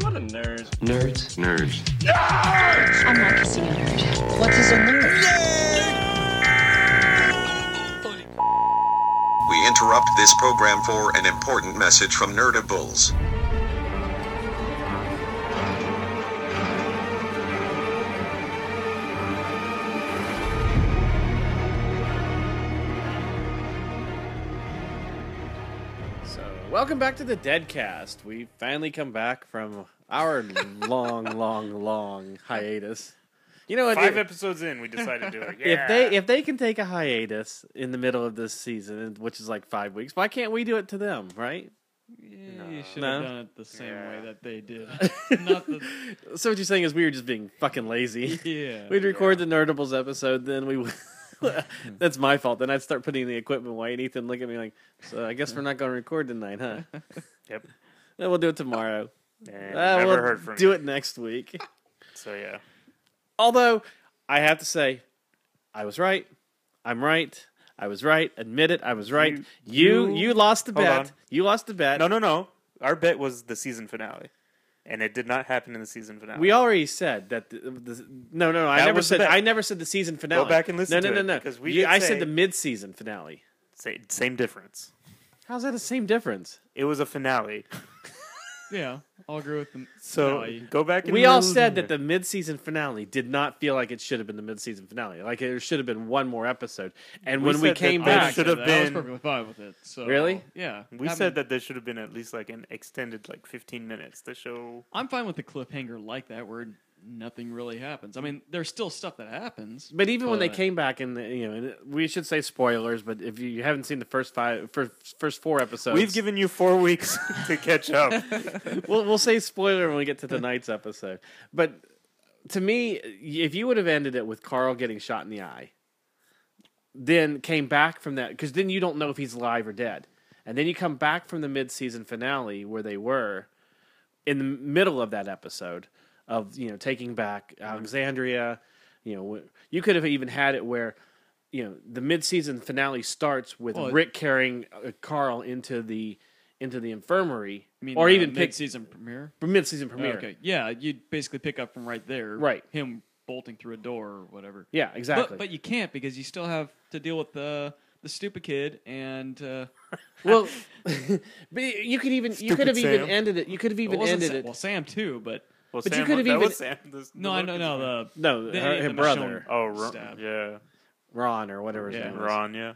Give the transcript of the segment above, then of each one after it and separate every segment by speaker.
Speaker 1: What a nerd.
Speaker 2: Nerds.
Speaker 3: Nerds.
Speaker 4: I'm Marcus, the nerd.
Speaker 2: What is a nerd?
Speaker 5: We interrupt this program for an important message from Nerdables.
Speaker 1: So, welcome back to the Deadcast. We finally come back from our long, long, long hiatus. You know what?
Speaker 6: Five
Speaker 1: if-
Speaker 6: episodes in, we decided to do it. Yeah.
Speaker 1: if they if they can take a hiatus in the middle of this season, which is like five weeks, why can't we do it to them, right?
Speaker 7: You should
Speaker 1: No.
Speaker 7: have done it the same way
Speaker 6: Yeah.
Speaker 7: that they did. Not the
Speaker 1: So what you're saying is we were just being fucking lazy.
Speaker 7: yeah.
Speaker 1: We'd record the Nerdables episode, then we. would That's my fault. Then I'd start putting the equipment away, and Ethan look at me like, "So I guess we're not going to record tonight, huh?"
Speaker 6: Yep.
Speaker 1: Then we'll do it tomorrow.
Speaker 6: And
Speaker 1: Uh,
Speaker 6: never
Speaker 1: we'll
Speaker 6: heard from
Speaker 1: do
Speaker 6: you.
Speaker 1: it next week.
Speaker 6: So yeah.
Speaker 1: Although I have to say, I was right. I'm right. I was right. Admit it. I was right. You you,
Speaker 6: you-
Speaker 1: lost the
Speaker 6: Hold
Speaker 1: bet.
Speaker 6: on.
Speaker 1: You lost the bet.
Speaker 6: No, no, no. Our bet was the season finale, and it did not happen in the season finale.
Speaker 1: We already said that. The, the, no, no, no. I
Speaker 6: That
Speaker 1: never
Speaker 6: was the
Speaker 1: said.
Speaker 6: bet.
Speaker 1: I never said the season finale.
Speaker 6: back and listen
Speaker 1: No, no,
Speaker 6: to
Speaker 1: no,
Speaker 6: it,
Speaker 1: no.
Speaker 6: because we
Speaker 1: You-
Speaker 6: did
Speaker 1: I said
Speaker 6: say-
Speaker 1: the mid-season finale.
Speaker 6: same, same difference.
Speaker 1: How's that the same difference?
Speaker 6: It was a finale.
Speaker 7: Yeah. I'll agree with them.
Speaker 6: So
Speaker 7: Finale.
Speaker 6: go back. And
Speaker 1: We all said that the mid-season finale did not feel like it should have been the mid-season finale. Like there should have been one more episode. And when we
Speaker 6: said that
Speaker 1: came
Speaker 6: they
Speaker 7: I
Speaker 1: back,
Speaker 6: should
Speaker 7: said
Speaker 6: have
Speaker 7: that. I was
Speaker 6: been-
Speaker 7: perfectly fine with it. So
Speaker 1: Really?
Speaker 7: Yeah.
Speaker 6: we
Speaker 7: having-
Speaker 6: said that there should have been at least like an extended like 15 minutes to show.
Speaker 7: I'm fine with the cliffhanger like that, where nothing really happens. I mean, there's still stuff that happens.
Speaker 1: But even when they
Speaker 7: But-
Speaker 1: came back, and you know, and we should say spoilers. But if you haven't seen the first five, first, first four episodes,
Speaker 6: We've given you four weeks to catch up.
Speaker 1: We'll, we'll say spoiler when we get to tonight's episode. But to me, if you would have ended it with Carl getting shot in the eye, then came back from that because then you don't know if he's alive or dead, and then you come back from the mid-season finale where they were in the middle of that episode of you know taking back Alexandria. You know, wh- you could have even had it where. You know, the mid-season finale starts with
Speaker 7: Well, it-
Speaker 1: Rick carrying uh, Carl into the into the infirmary,
Speaker 7: I mean,
Speaker 1: or
Speaker 7: uh,
Speaker 1: even pick
Speaker 7: mid-season premiere.
Speaker 1: for mid-season premiere.
Speaker 7: Okay. Yeah, you'd basically pick up from right there.
Speaker 1: Right.
Speaker 7: Him bolting through a door or whatever.
Speaker 1: Yeah, exactly.
Speaker 7: But, but you can't because you still have to deal with the the stupid kid and uh,
Speaker 1: well, but you could even you could have
Speaker 6: Stupid
Speaker 1: even
Speaker 6: Sam.
Speaker 1: ended it. You could have
Speaker 7: it
Speaker 1: even
Speaker 7: wasn't
Speaker 1: ended
Speaker 7: Sam,
Speaker 1: it.
Speaker 7: well Sam too. But
Speaker 6: Well,
Speaker 1: But you
Speaker 6: Sam
Speaker 1: could have
Speaker 6: that
Speaker 1: even-
Speaker 6: was Sam, the- the
Speaker 7: no, I know
Speaker 6: Lucas
Speaker 7: no
Speaker 6: one.
Speaker 7: the
Speaker 1: no,
Speaker 7: the-
Speaker 1: her, her
Speaker 7: the
Speaker 1: brother
Speaker 7: Michonne
Speaker 6: Oh, Ron,
Speaker 7: stab.
Speaker 6: yeah,
Speaker 1: Ron or whatever his
Speaker 7: Yeah.
Speaker 1: name was.
Speaker 6: Ron, yeah.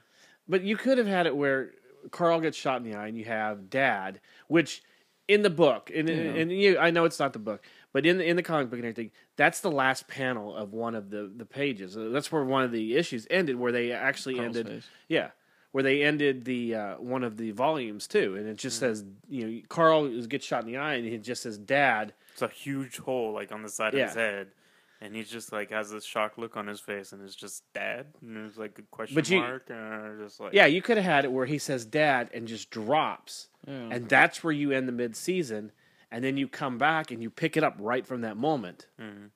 Speaker 1: But you could have had it where Carl gets shot in the eye, and you have Dad, which in the book, and and you, I know it's not the book, but in the, in the comic book and everything, that's the last panel of one of the the pages. Uh, That's where one of the issues ended, where they actually
Speaker 7: Carl's
Speaker 1: ended.
Speaker 7: face.
Speaker 1: Yeah, where they ended the uh, one of the volumes too, and it
Speaker 7: Mm.
Speaker 1: just says you know Carl is- gets shot in the eye, and it just says Dad.
Speaker 6: It's a huge hole like on the side
Speaker 1: Yeah.
Speaker 6: of his head, and he's just like has this shocked look on his face, and it's just dad, and it's like a question
Speaker 1: But you-
Speaker 6: mark, and just like
Speaker 1: Yeah, you could have had it where he says Dad and just drops,
Speaker 7: Yeah.
Speaker 1: and that's where you end the mid season, and then you come back and you pick it up right from that moment,
Speaker 7: Mm-hmm.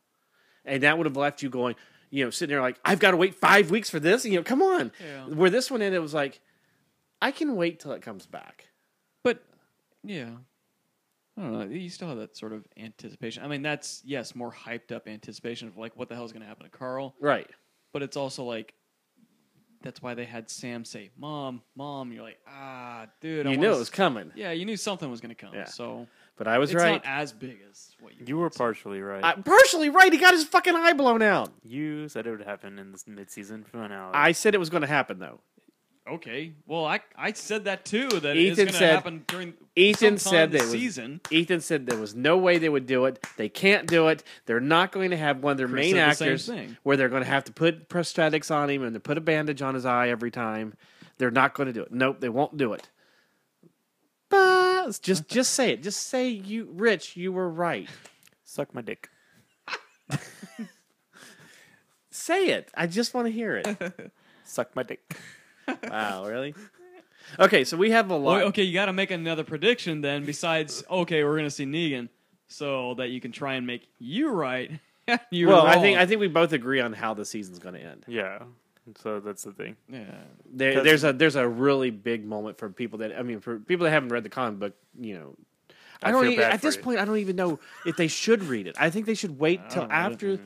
Speaker 1: and that would have left you going, you know, sitting there like I've got to wait five weeks for this, you know, come on.
Speaker 7: Yeah.
Speaker 1: Where this one ended it was like, I can wait till it comes back.
Speaker 7: But yeah, I don't know. You still have that sort of anticipation. I mean, that's yes, more hyped up anticipation of like what the hell is going to happen to Carl.
Speaker 1: Right.
Speaker 7: But it's also like that's why they had Sam say, "Mom, mom." You're like, ah, dude. I
Speaker 1: you
Speaker 7: wanna
Speaker 1: knew it
Speaker 7: s-
Speaker 1: was coming,
Speaker 7: Yeah, you knew something was going to come.
Speaker 1: Yeah.
Speaker 7: So
Speaker 1: but I was
Speaker 7: it's
Speaker 1: right.
Speaker 7: not as big as what you.
Speaker 6: you were partially right.
Speaker 1: I, partially right. He got his fucking eye blown out.
Speaker 6: you said it would happen in this mid-season finale.
Speaker 1: I said it was going to happen though.
Speaker 7: Okay. Well, I I said that too. That
Speaker 1: Ethan
Speaker 7: it's going to
Speaker 1: said-
Speaker 7: happen during
Speaker 1: Ethan
Speaker 7: sometime
Speaker 1: said
Speaker 7: the
Speaker 1: that it was-
Speaker 7: season.
Speaker 1: Ethan said there was no way they would do it. They can't do it. They're not going to have one of their
Speaker 7: Chris
Speaker 1: main
Speaker 7: said the same
Speaker 1: actors
Speaker 7: thing.
Speaker 1: where they're going to have to put prosthetics on him and to put a bandage on his eye every time. They're not going to do it. Nope, they won't do it. But just just say it. Just say you, Rich, you were right.
Speaker 6: suck my dick.
Speaker 1: Say it. I just want to hear it.
Speaker 6: Suck my dick.
Speaker 1: wow, really? Okay, so we have a lot.
Speaker 7: Well, okay, you got to make another prediction then. Besides, okay, we're going to see Negan, so that you can try and make you right. you
Speaker 1: well,
Speaker 7: wrong.
Speaker 1: I think I think we both agree on how the season's going to end.
Speaker 6: Yeah. So that's the thing.
Speaker 7: yeah.
Speaker 1: There,
Speaker 6: 'Cause-
Speaker 1: there's a there's a really big moment for people that I mean for people that haven't read the comic book, you know, I
Speaker 6: I
Speaker 1: don't.
Speaker 6: feel
Speaker 1: Even,
Speaker 6: bad
Speaker 1: at
Speaker 6: for
Speaker 1: this
Speaker 6: you.
Speaker 1: point, I don't even know if they should read it. I think they should wait till
Speaker 7: don't know.
Speaker 1: after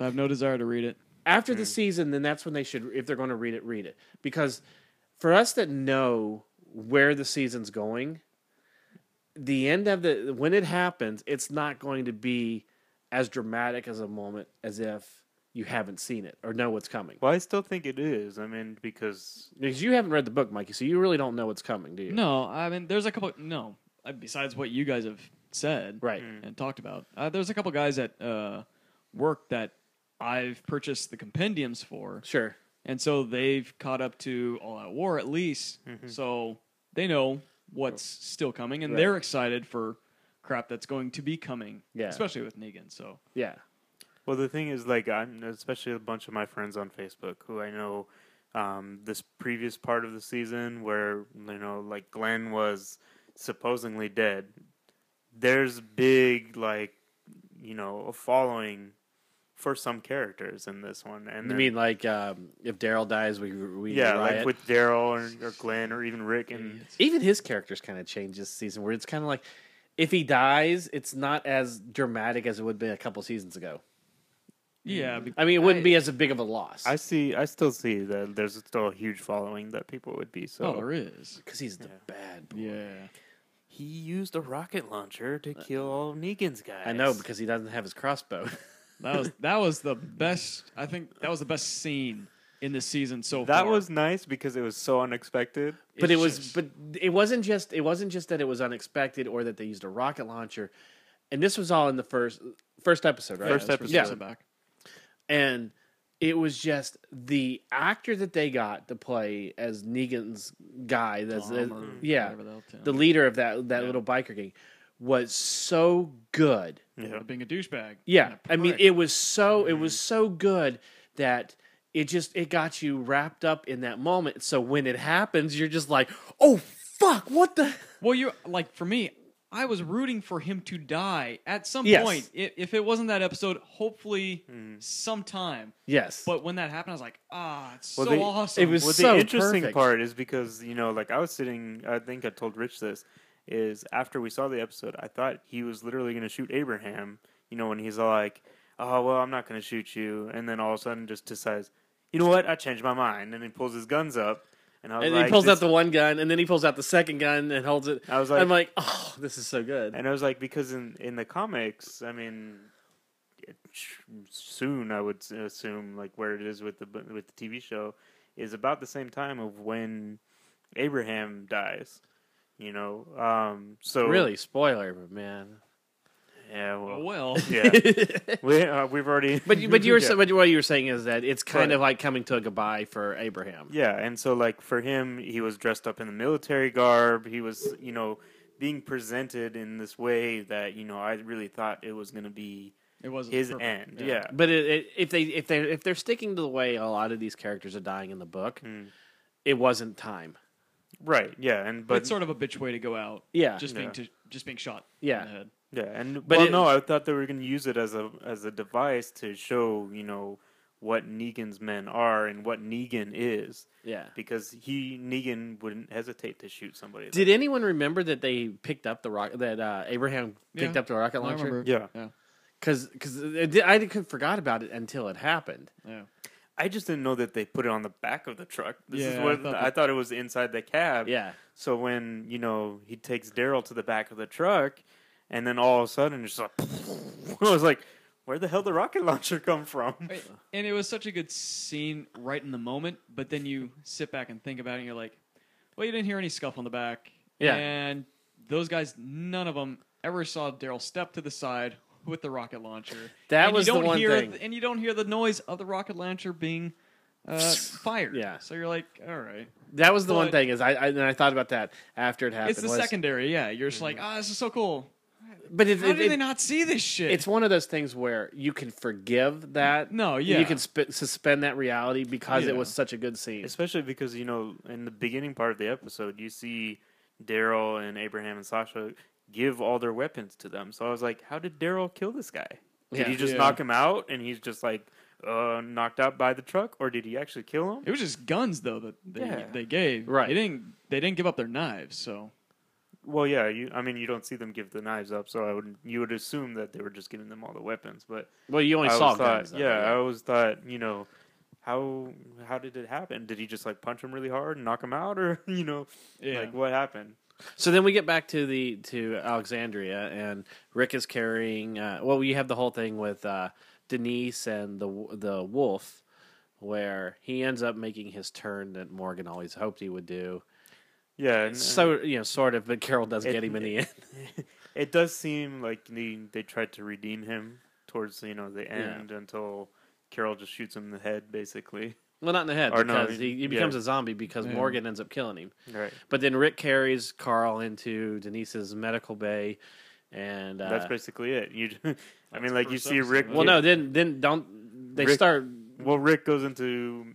Speaker 7: I have no desire to read it.
Speaker 1: after the season. Then that's when they should, if they're going to read it, read it. Because for us that know where the season's going, the end of the when it happens, it's not going to be as dramatic as a moment as if you haven't seen it or know what's coming.
Speaker 6: Well, I still think it is. I mean, because
Speaker 1: Because you haven't read the book, Mikey, so you really don't know what's coming, do you?
Speaker 7: No, I mean, there's a couple. No, uh, besides what you guys have said,
Speaker 1: Right.
Speaker 7: and talked about, uh, there's a couple guys at uh, work that I've purchased the compendiums for,
Speaker 1: Sure.
Speaker 7: and so they've caught up to All Out War at least, so they know what's still coming, and
Speaker 1: Right.
Speaker 7: they're excited for crap that's going to be coming,
Speaker 1: Yeah.
Speaker 7: especially with Negan. So
Speaker 1: Yeah.
Speaker 6: well, the thing is, like, I'm especially a bunch of my friends on Facebook who I know. Um, this previous part of the season where you know, like Glenn was supposedly dead. There's big, like, you know, a following for some characters in this one, and
Speaker 1: You
Speaker 6: they're-
Speaker 1: mean like um, if Daryl dies, we we
Speaker 6: yeah,
Speaker 1: riot?
Speaker 6: like with Daryl or, or Glenn or even Rick and
Speaker 1: even his characters kind of change this season where it's kind of like if he dies it's not as dramatic as it would be a couple seasons ago
Speaker 7: yeah, be-
Speaker 1: i mean it wouldn't
Speaker 7: I-
Speaker 1: be as big of a loss
Speaker 6: I see. I still see that there's still a huge following that people would be. So
Speaker 7: oh, there is.
Speaker 1: because he's the bad boy
Speaker 7: Yeah,
Speaker 6: he used a rocket launcher to kill all of Negan's guys.
Speaker 1: Uh, i know because he doesn't have his crossbow
Speaker 7: that was that was the best. I think that was the best scene in the season so far.
Speaker 6: that was nice because it was so unexpected.
Speaker 1: but it
Speaker 7: It's
Speaker 1: was
Speaker 7: just-
Speaker 1: but it wasn't just it wasn't just that it was unexpected or that they used a rocket launcher and this was all in the first first episode right
Speaker 6: First
Speaker 7: that's where
Speaker 6: episode.
Speaker 7: she sent back.
Speaker 1: and it was just the actor that they got to play as negan's guy that's uh,
Speaker 7: Dom or
Speaker 1: yeah
Speaker 7: whatever the hell town.
Speaker 1: the leader of that that
Speaker 7: Yeah.
Speaker 1: little biker gang was so good.
Speaker 6: Yeah.
Speaker 7: being a douchebag.
Speaker 1: Yeah,
Speaker 7: And a
Speaker 1: I mean
Speaker 7: prick.
Speaker 1: it was so it
Speaker 6: Mm-hmm.
Speaker 1: was so good that it just it got you wrapped up in that moment. So when it happens, you're just like, "Oh fuck, what the
Speaker 7: Well, you like for me, I was rooting for him to die at some
Speaker 1: Yes.
Speaker 7: point. If, if it wasn't that episode, hopefully
Speaker 6: Hmm.
Speaker 7: sometime.
Speaker 1: Yes.
Speaker 7: But when that happened, I was like, ah, it's
Speaker 6: Well,
Speaker 7: so
Speaker 6: they-
Speaker 7: awesome.
Speaker 1: it was-
Speaker 6: Well, the
Speaker 1: so
Speaker 6: interesting
Speaker 1: perfect.
Speaker 6: part is because you know, like I was sitting. I think I told Rich this is after we saw the episode. I thought he was literally going to shoot Abraham. You know, when he's like, "Oh well, I'm not going to shoot you," and then all of a sudden just decides, "You know what? I changed my mind," and he pulls his guns up. And, I was
Speaker 1: and
Speaker 6: like,
Speaker 1: he pulls
Speaker 6: this-
Speaker 1: out the one gun and then he pulls out the second gun and holds it.
Speaker 6: I was like-
Speaker 1: I'm like, "Oh, this is so good."
Speaker 6: And I was like, because in in the comics, I mean, it, soon I would s- assume like where it is with the bu- with the TV show is about the same time of when Abraham dies. You know, um, so
Speaker 1: really spoiler, but man.
Speaker 6: yeah, well,
Speaker 7: well,
Speaker 6: yeah, we uh, we've already,
Speaker 1: But you- but you were
Speaker 6: yeah.
Speaker 1: so but what you were saying is that it's kind
Speaker 6: But-
Speaker 1: of like coming to a goodbye for Abraham.
Speaker 6: Yeah, and so like for him, he was dressed up in the military garb. He was, you know, being presented in this way that you know I really thought it was going to be
Speaker 7: it was
Speaker 6: his end. yeah.
Speaker 1: But it, it, if they if they if they're sticking to the way a lot of these characters are dying in the book,
Speaker 7: Hmm.
Speaker 1: it wasn't time.
Speaker 6: Right. Yeah. And
Speaker 7: But
Speaker 6: but
Speaker 7: it's sort of a bitch way to go out.
Speaker 1: Yeah.
Speaker 7: just
Speaker 6: Yeah.
Speaker 7: being to, just being shot.
Speaker 1: Yeah.
Speaker 7: in the head.
Speaker 6: yeah. And
Speaker 1: but
Speaker 6: well,
Speaker 1: it-
Speaker 6: no, I thought they were going to use it as a as a device to show you know what Negan's men are and what Negan is
Speaker 1: Yeah.
Speaker 6: because he Negan wouldn't hesitate to shoot somebody.
Speaker 1: Did anyone remember that they picked up the rocket that uh, Abraham picked
Speaker 7: Yeah.
Speaker 1: up the rocket
Speaker 7: No, I
Speaker 1: launcher?
Speaker 7: remember.
Speaker 6: Yeah.
Speaker 7: yeah,
Speaker 1: Because because I didn't- forgot about it until it happened.
Speaker 7: yeah.
Speaker 6: I just didn't know that they put it on the back of the truck. This
Speaker 7: Yeah,
Speaker 6: is
Speaker 7: I
Speaker 6: what I
Speaker 7: thought
Speaker 6: thought,
Speaker 7: that-
Speaker 6: it was inside the cab.
Speaker 1: Yeah.
Speaker 6: So when you know he takes Daryl to the back of the truck, and then all of a sudden it's just like I was like, where the hell did the rocket launcher come from?
Speaker 7: Right. And it was such a good scene right in the moment, but then you sit back and think about it and you're like, well, you didn't hear any scuff on the back.
Speaker 1: Yeah.
Speaker 7: And those guys, none of them ever saw Daryl step to the side with the rocket launcher.
Speaker 1: That
Speaker 7: And you
Speaker 1: was the
Speaker 7: don't
Speaker 1: one
Speaker 7: hear,
Speaker 1: thing.
Speaker 7: And you don't hear the noise of the rocket launcher being uh, fired.
Speaker 1: Yeah.
Speaker 7: So you're like, all right.
Speaker 1: That was the one
Speaker 7: But-
Speaker 1: thing is I, I and I thought about that after it happened.
Speaker 7: it's the
Speaker 1: was-
Speaker 7: secondary. Yeah. You're just like, ah, this is so cool.
Speaker 1: but it,
Speaker 7: How
Speaker 1: it,
Speaker 7: did they
Speaker 1: it-
Speaker 7: not see this shit?
Speaker 1: it's one of those things where you can forgive that.
Speaker 7: No,
Speaker 1: you
Speaker 7: yeah.
Speaker 1: can sp- suspend that reality because
Speaker 7: Yeah.
Speaker 1: it was such a good scene.
Speaker 6: Especially because you know, in the beginning part of the episode, you see Daryl and Abraham and Sasha give all their weapons to them. So I was like, how did Daryl kill this guy? Did
Speaker 1: Yeah.
Speaker 6: he just
Speaker 7: Yeah.
Speaker 6: knock him out and he's just like uh, knocked out by the truck, or did he actually kill him?
Speaker 7: it was just guns, though, that they,
Speaker 6: Yeah.
Speaker 7: they gave.
Speaker 1: Right.
Speaker 7: They didn't, they didn't give up their knives, so.
Speaker 6: Well, yeah. You, I mean, you don't see them give the knives up, so I would you would assume that they were just giving them all the weapons. But
Speaker 1: Well, you only
Speaker 6: I
Speaker 1: saw
Speaker 6: always thought,
Speaker 1: guns. though,
Speaker 6: yeah, I always thought, you know, how how did it happen? Did he just like punch him really hard and knock him out, or you know,
Speaker 7: Yeah.
Speaker 6: like what happened?
Speaker 1: So then we get back to the to Alexandria, and Rick is carrying. Uh, well, you have the whole thing with uh, Denise and the w- the wolf, where he ends up making his turn that Morgan always hoped he would do.
Speaker 6: Yeah. and-
Speaker 1: So you know, sort of, but Carol does
Speaker 6: Mm. It-
Speaker 1: get him in the end.
Speaker 6: it does seem like they, they tried to redeem him towards you know the end until Carol just shoots him in the head basically.
Speaker 1: Well, not in the head
Speaker 6: Or no,
Speaker 1: because he, he
Speaker 6: yeah.
Speaker 1: becomes a zombie because
Speaker 7: Yeah.
Speaker 1: Morgan ends up killing him.
Speaker 6: Right.
Speaker 1: But then Rick carries Carl into Denise's medical bay, and uh,
Speaker 6: That's basically it. You, I mean, like you
Speaker 7: pretty
Speaker 6: see Rick.
Speaker 1: well, no, then then don't they
Speaker 6: Rick-
Speaker 1: start?
Speaker 6: Well, Rick goes into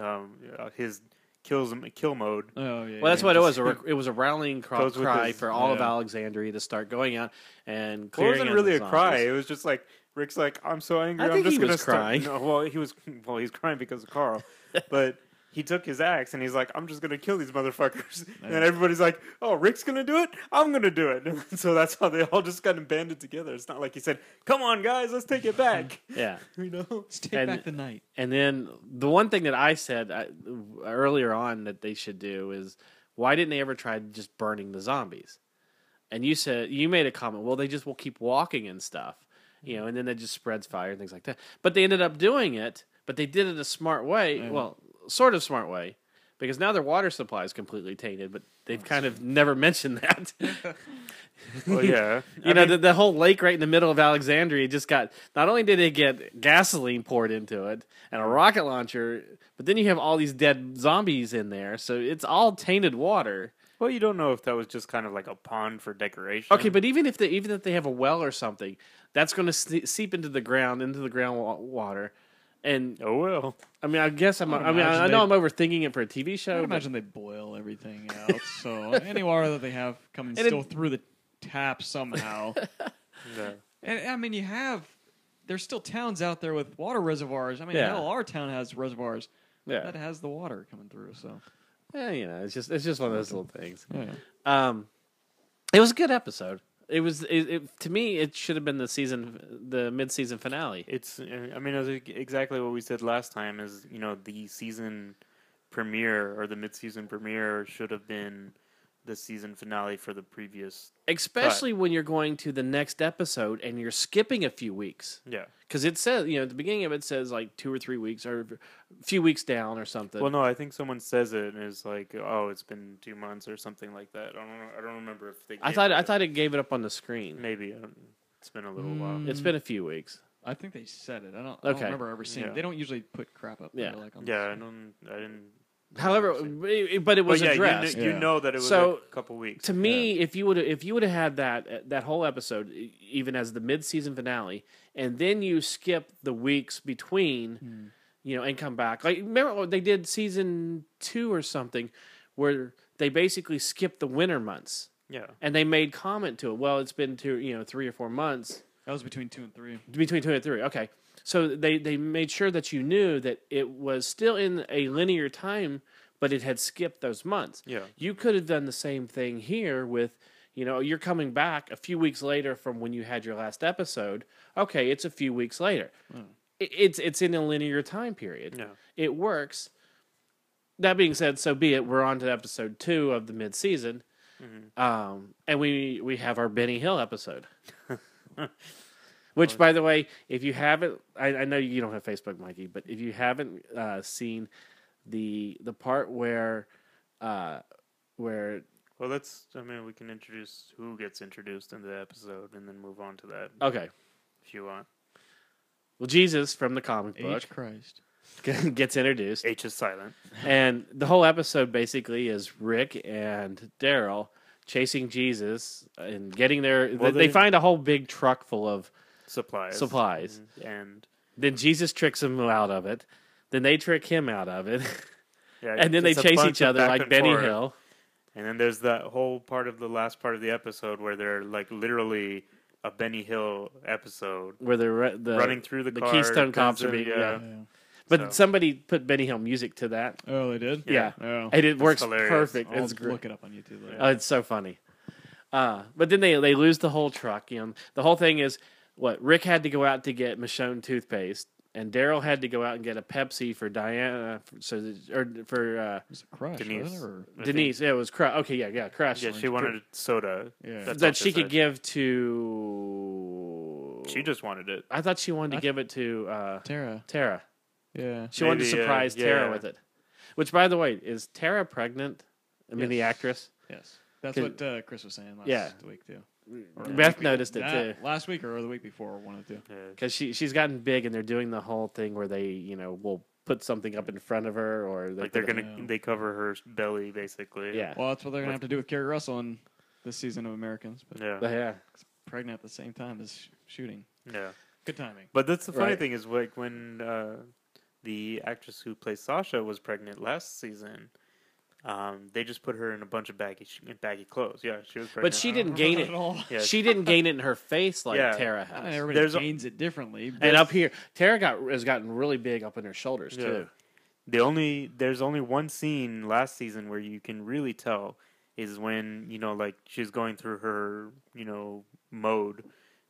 Speaker 6: um, uh, his kills kill mode.
Speaker 7: Oh yeah.
Speaker 1: Well, that's
Speaker 7: yeah.
Speaker 1: what it was. A, rec- it was a rallying cry,
Speaker 6: Goes with
Speaker 1: cry
Speaker 6: his-
Speaker 1: for all of
Speaker 6: yeah.
Speaker 1: Alexandria to start going out and
Speaker 6: Well, it
Speaker 1: clearing.
Speaker 6: wasn't
Speaker 1: out
Speaker 6: really
Speaker 1: the
Speaker 6: a cry.
Speaker 1: zombies.
Speaker 6: It was just like Rick's like, I'm so angry.
Speaker 1: I
Speaker 6: I'm
Speaker 1: think
Speaker 6: just
Speaker 1: he
Speaker 6: gonna
Speaker 1: was
Speaker 6: start-"
Speaker 1: crying.
Speaker 6: No, well, he was. Well, he's crying because of Carl, but. He took his axe and he's like, "I'm just gonna kill these motherfuckers." And then everybody's like, "Oh, Rick's gonna do it. I'm gonna do it." so that's how they all just kind of banded together. It's not like he said, "Come on, guys, let's take it back."
Speaker 1: Yeah,
Speaker 6: you know?
Speaker 7: Let's take
Speaker 1: and-
Speaker 7: back the night.
Speaker 1: and then the one thing that I said I, earlier on that they should do is why didn't they ever try just burning the zombies? And you said you made a comment. Well, they just will keep walking and stuff, you know, and then they just spreads fire and things like that. But they ended up doing it, but they did it a smart way. Well, sort of smart way, because now their water supply is completely tainted. But they've kind of never mentioned that.
Speaker 6: Well, yeah.
Speaker 1: You know, the, the whole lake right in the middle of Alexandria just got. Not only did it get gasoline poured into it and a rocket launcher, but then you have all these dead zombies in there, so it's all tainted water.
Speaker 6: Well, you don't know if that was just kind of like a pond for decoration.
Speaker 1: Okay, but even if they even if they have a well or something, that's going to seep into the ground, into the groundwater. water, and
Speaker 6: oh well.
Speaker 1: I mean, I guess I'm. I,
Speaker 7: would
Speaker 1: mean, I, I
Speaker 7: imagine
Speaker 1: know I'm
Speaker 7: they-
Speaker 1: overthinking it for a TV
Speaker 7: I
Speaker 1: show.
Speaker 7: would
Speaker 1: but-
Speaker 7: imagine they boil everything out. so any water that they have coming
Speaker 1: And it-
Speaker 7: still through the tap somehow.
Speaker 6: Yeah.
Speaker 7: and I mean, you have there's still towns out there with water reservoirs. I mean,
Speaker 1: Yeah.
Speaker 7: hell, our town has reservoirs
Speaker 1: yeah,
Speaker 7: that has the water coming through. So
Speaker 1: yeah, eh, you know, it's just it's just one of those little things.
Speaker 7: Oh, yeah,
Speaker 1: Um, it was a good episode. It was it, it, to me. It should have been the season, the mid-season finale.
Speaker 6: It's. uh, I mean, it was e- exactly what we said last time. Is you know the season premiere or the mid-season premiere should have been the season finale for the previous.
Speaker 1: Especially when you're going to the next episode and you're skipping a few weeks
Speaker 6: Yeah.
Speaker 1: because it says you know at the beginning of it says like two or three weeks or a few weeks down or something.
Speaker 6: Well, no, I think someone says it and it's like, oh, it's been two months or something like that. I don't. know- I don't remember if they.
Speaker 1: I
Speaker 6: gave
Speaker 1: thought
Speaker 6: it
Speaker 1: I
Speaker 6: a-
Speaker 1: thought it gave it up on the screen.
Speaker 6: maybe. I don't, it's been a little while.
Speaker 1: It's been a few weeks.
Speaker 7: I think they said it. I don't, I don't
Speaker 1: Okay.
Speaker 7: remember ever seeing.
Speaker 6: Yeah.
Speaker 7: They don't usually put crap up.
Speaker 1: Yeah.
Speaker 7: there, like on the
Speaker 6: Yeah, I
Speaker 7: screen.
Speaker 6: don't. I didn't.
Speaker 1: However, it- but it was
Speaker 6: But yeah, you kn-
Speaker 1: addressed.
Speaker 6: You,
Speaker 7: Yeah.
Speaker 6: know that it was
Speaker 1: So,
Speaker 6: a couple weeks.
Speaker 1: to me, if you would if you would have had that that whole episode, e- even as the mid season finale, and then you skip the weeks between, you know, and come back. Like remember what they did season two or something, where they basically skipped the winter months,
Speaker 6: yeah. Yeah.
Speaker 1: and they made comment to it. Well, it's been two, you know, three or four months
Speaker 7: That was between two and three.
Speaker 1: between two and three. Okay, so they they made sure that you knew that it was still in a linear time, but it had skipped those months.
Speaker 6: Yeah.
Speaker 1: you could have done the same thing here with. You know, you're coming back a few weeks later from when you had your last episode. Okay, it's a few weeks later. I- It's it's in a linear time period.
Speaker 6: Hmm. Yeah.
Speaker 1: It works. That being said, so be it. We're on to episode two of the mid season, um, and we we have our Benny Hill episode. Which, by the way, if you haven't, I, I know you don't have Facebook, Mikey, but if you haven't uh, seen the the part where uh, where
Speaker 6: Well, that's. I mean, we can introduce who gets introduced in the episode, and then move on to that
Speaker 1: okay,
Speaker 6: if you want.
Speaker 1: well, Jesus from the comic book
Speaker 7: H Christ.
Speaker 1: gets introduced,
Speaker 6: H is silent.
Speaker 1: and the whole episode basically is Rick and Daryl chasing Jesus and getting their.
Speaker 6: Well,
Speaker 1: they, they
Speaker 6: they-
Speaker 1: find a whole big truck full of
Speaker 6: Supplies. Mm-hmm.
Speaker 1: supplies.
Speaker 6: And
Speaker 1: Then Jesus tricks him out of it. Then they trick him out of it,
Speaker 6: yeah,
Speaker 1: and then they
Speaker 6: it's a
Speaker 1: chase
Speaker 6: bunch
Speaker 1: each
Speaker 6: of
Speaker 1: other
Speaker 6: back
Speaker 1: like
Speaker 6: and
Speaker 1: Benny
Speaker 6: forth.
Speaker 1: Hill.
Speaker 6: And then there's that whole part of the last part of the episode where they're like literally a Benny Hill episode.
Speaker 1: where the re- the
Speaker 6: Running through the car,
Speaker 1: Keystone
Speaker 6: guns
Speaker 1: cops are
Speaker 6: and-
Speaker 1: being yeah.
Speaker 6: yeah.
Speaker 1: But
Speaker 6: So-
Speaker 1: somebody put Benny Hill music to that.
Speaker 7: Oh, they did.
Speaker 1: Yeah,
Speaker 7: Oh.
Speaker 1: and it works
Speaker 6: hilarious. Oh,
Speaker 1: perfect.
Speaker 7: I'll
Speaker 1: it's great.
Speaker 7: look it up on YouTube later.
Speaker 1: Oh, it's so funny. Uh, but then they they lose the whole truck. You know, the whole thing is what Rick had to go out to get Michonne toothpaste, and Daryl had to go out and get a Pepsi for Diana, for, so that- or for uh,
Speaker 7: It was a crush, wasn't it,
Speaker 6: Denise.
Speaker 7: or-
Speaker 6: I think-
Speaker 1: Denise. Yeah, it was Crush. Okay, yeah, yeah, Crush.
Speaker 6: Yeah, she wanted soda.
Speaker 7: Yeah.
Speaker 6: That's all
Speaker 1: that she could
Speaker 6: said.
Speaker 1: give to.
Speaker 6: She just wanted it.
Speaker 1: I thought she wanted to
Speaker 7: I-
Speaker 1: give it to uh,
Speaker 7: Tara.
Speaker 1: Tara.
Speaker 7: Yeah.
Speaker 1: She wanted to
Speaker 6: Maybe, uh,
Speaker 1: surprise Tara
Speaker 6: yeah.
Speaker 1: with it. Which, by the way, is Tara pregnant? I mean, the
Speaker 7: Yes.
Speaker 1: actress.
Speaker 7: Yes. That's
Speaker 1: Cause-
Speaker 7: what uh, Chris was saying last
Speaker 1: Yeah.
Speaker 7: week too.
Speaker 1: Mm. Beth noticed it too.
Speaker 7: That- Last week or the week before, one of the two.
Speaker 6: Yeah.
Speaker 1: because she she's gotten big and they're doing the whole thing where they you know will put something up in front of her or they
Speaker 6: Like they're
Speaker 1: put
Speaker 6: gonna
Speaker 7: Yeah.
Speaker 6: they cover her belly basically.
Speaker 1: Yeah.
Speaker 7: Well, that's what they're gonna have to do with Carrie Russell in this season of Americans. But
Speaker 1: a-
Speaker 6: Yeah.
Speaker 1: yeah
Speaker 7: pregnant at the same time as sh- shooting.
Speaker 6: Yeah.
Speaker 7: Good timing.
Speaker 6: But that's the funny
Speaker 1: Right.
Speaker 6: thing is like when uh, the actress who plays Sasha was pregnant last season, um, they just put her in a bunch of baggy sh- baggy clothes. Yeah, she was pregnant.
Speaker 1: but she didn't gain
Speaker 7: Not
Speaker 1: it
Speaker 7: at all.
Speaker 6: Yeah.
Speaker 1: she didn't gain it in her face like
Speaker 6: Yeah.
Speaker 1: Tara
Speaker 7: I mean,
Speaker 1: has
Speaker 7: everybody
Speaker 6: There's a-
Speaker 7: gains it differently. But
Speaker 1: and up here Tara got has gotten really big up in her shoulders
Speaker 6: Yeah.
Speaker 1: too
Speaker 6: The only there's only one scene last season where you can really tell is when you know like she's going through her you know mode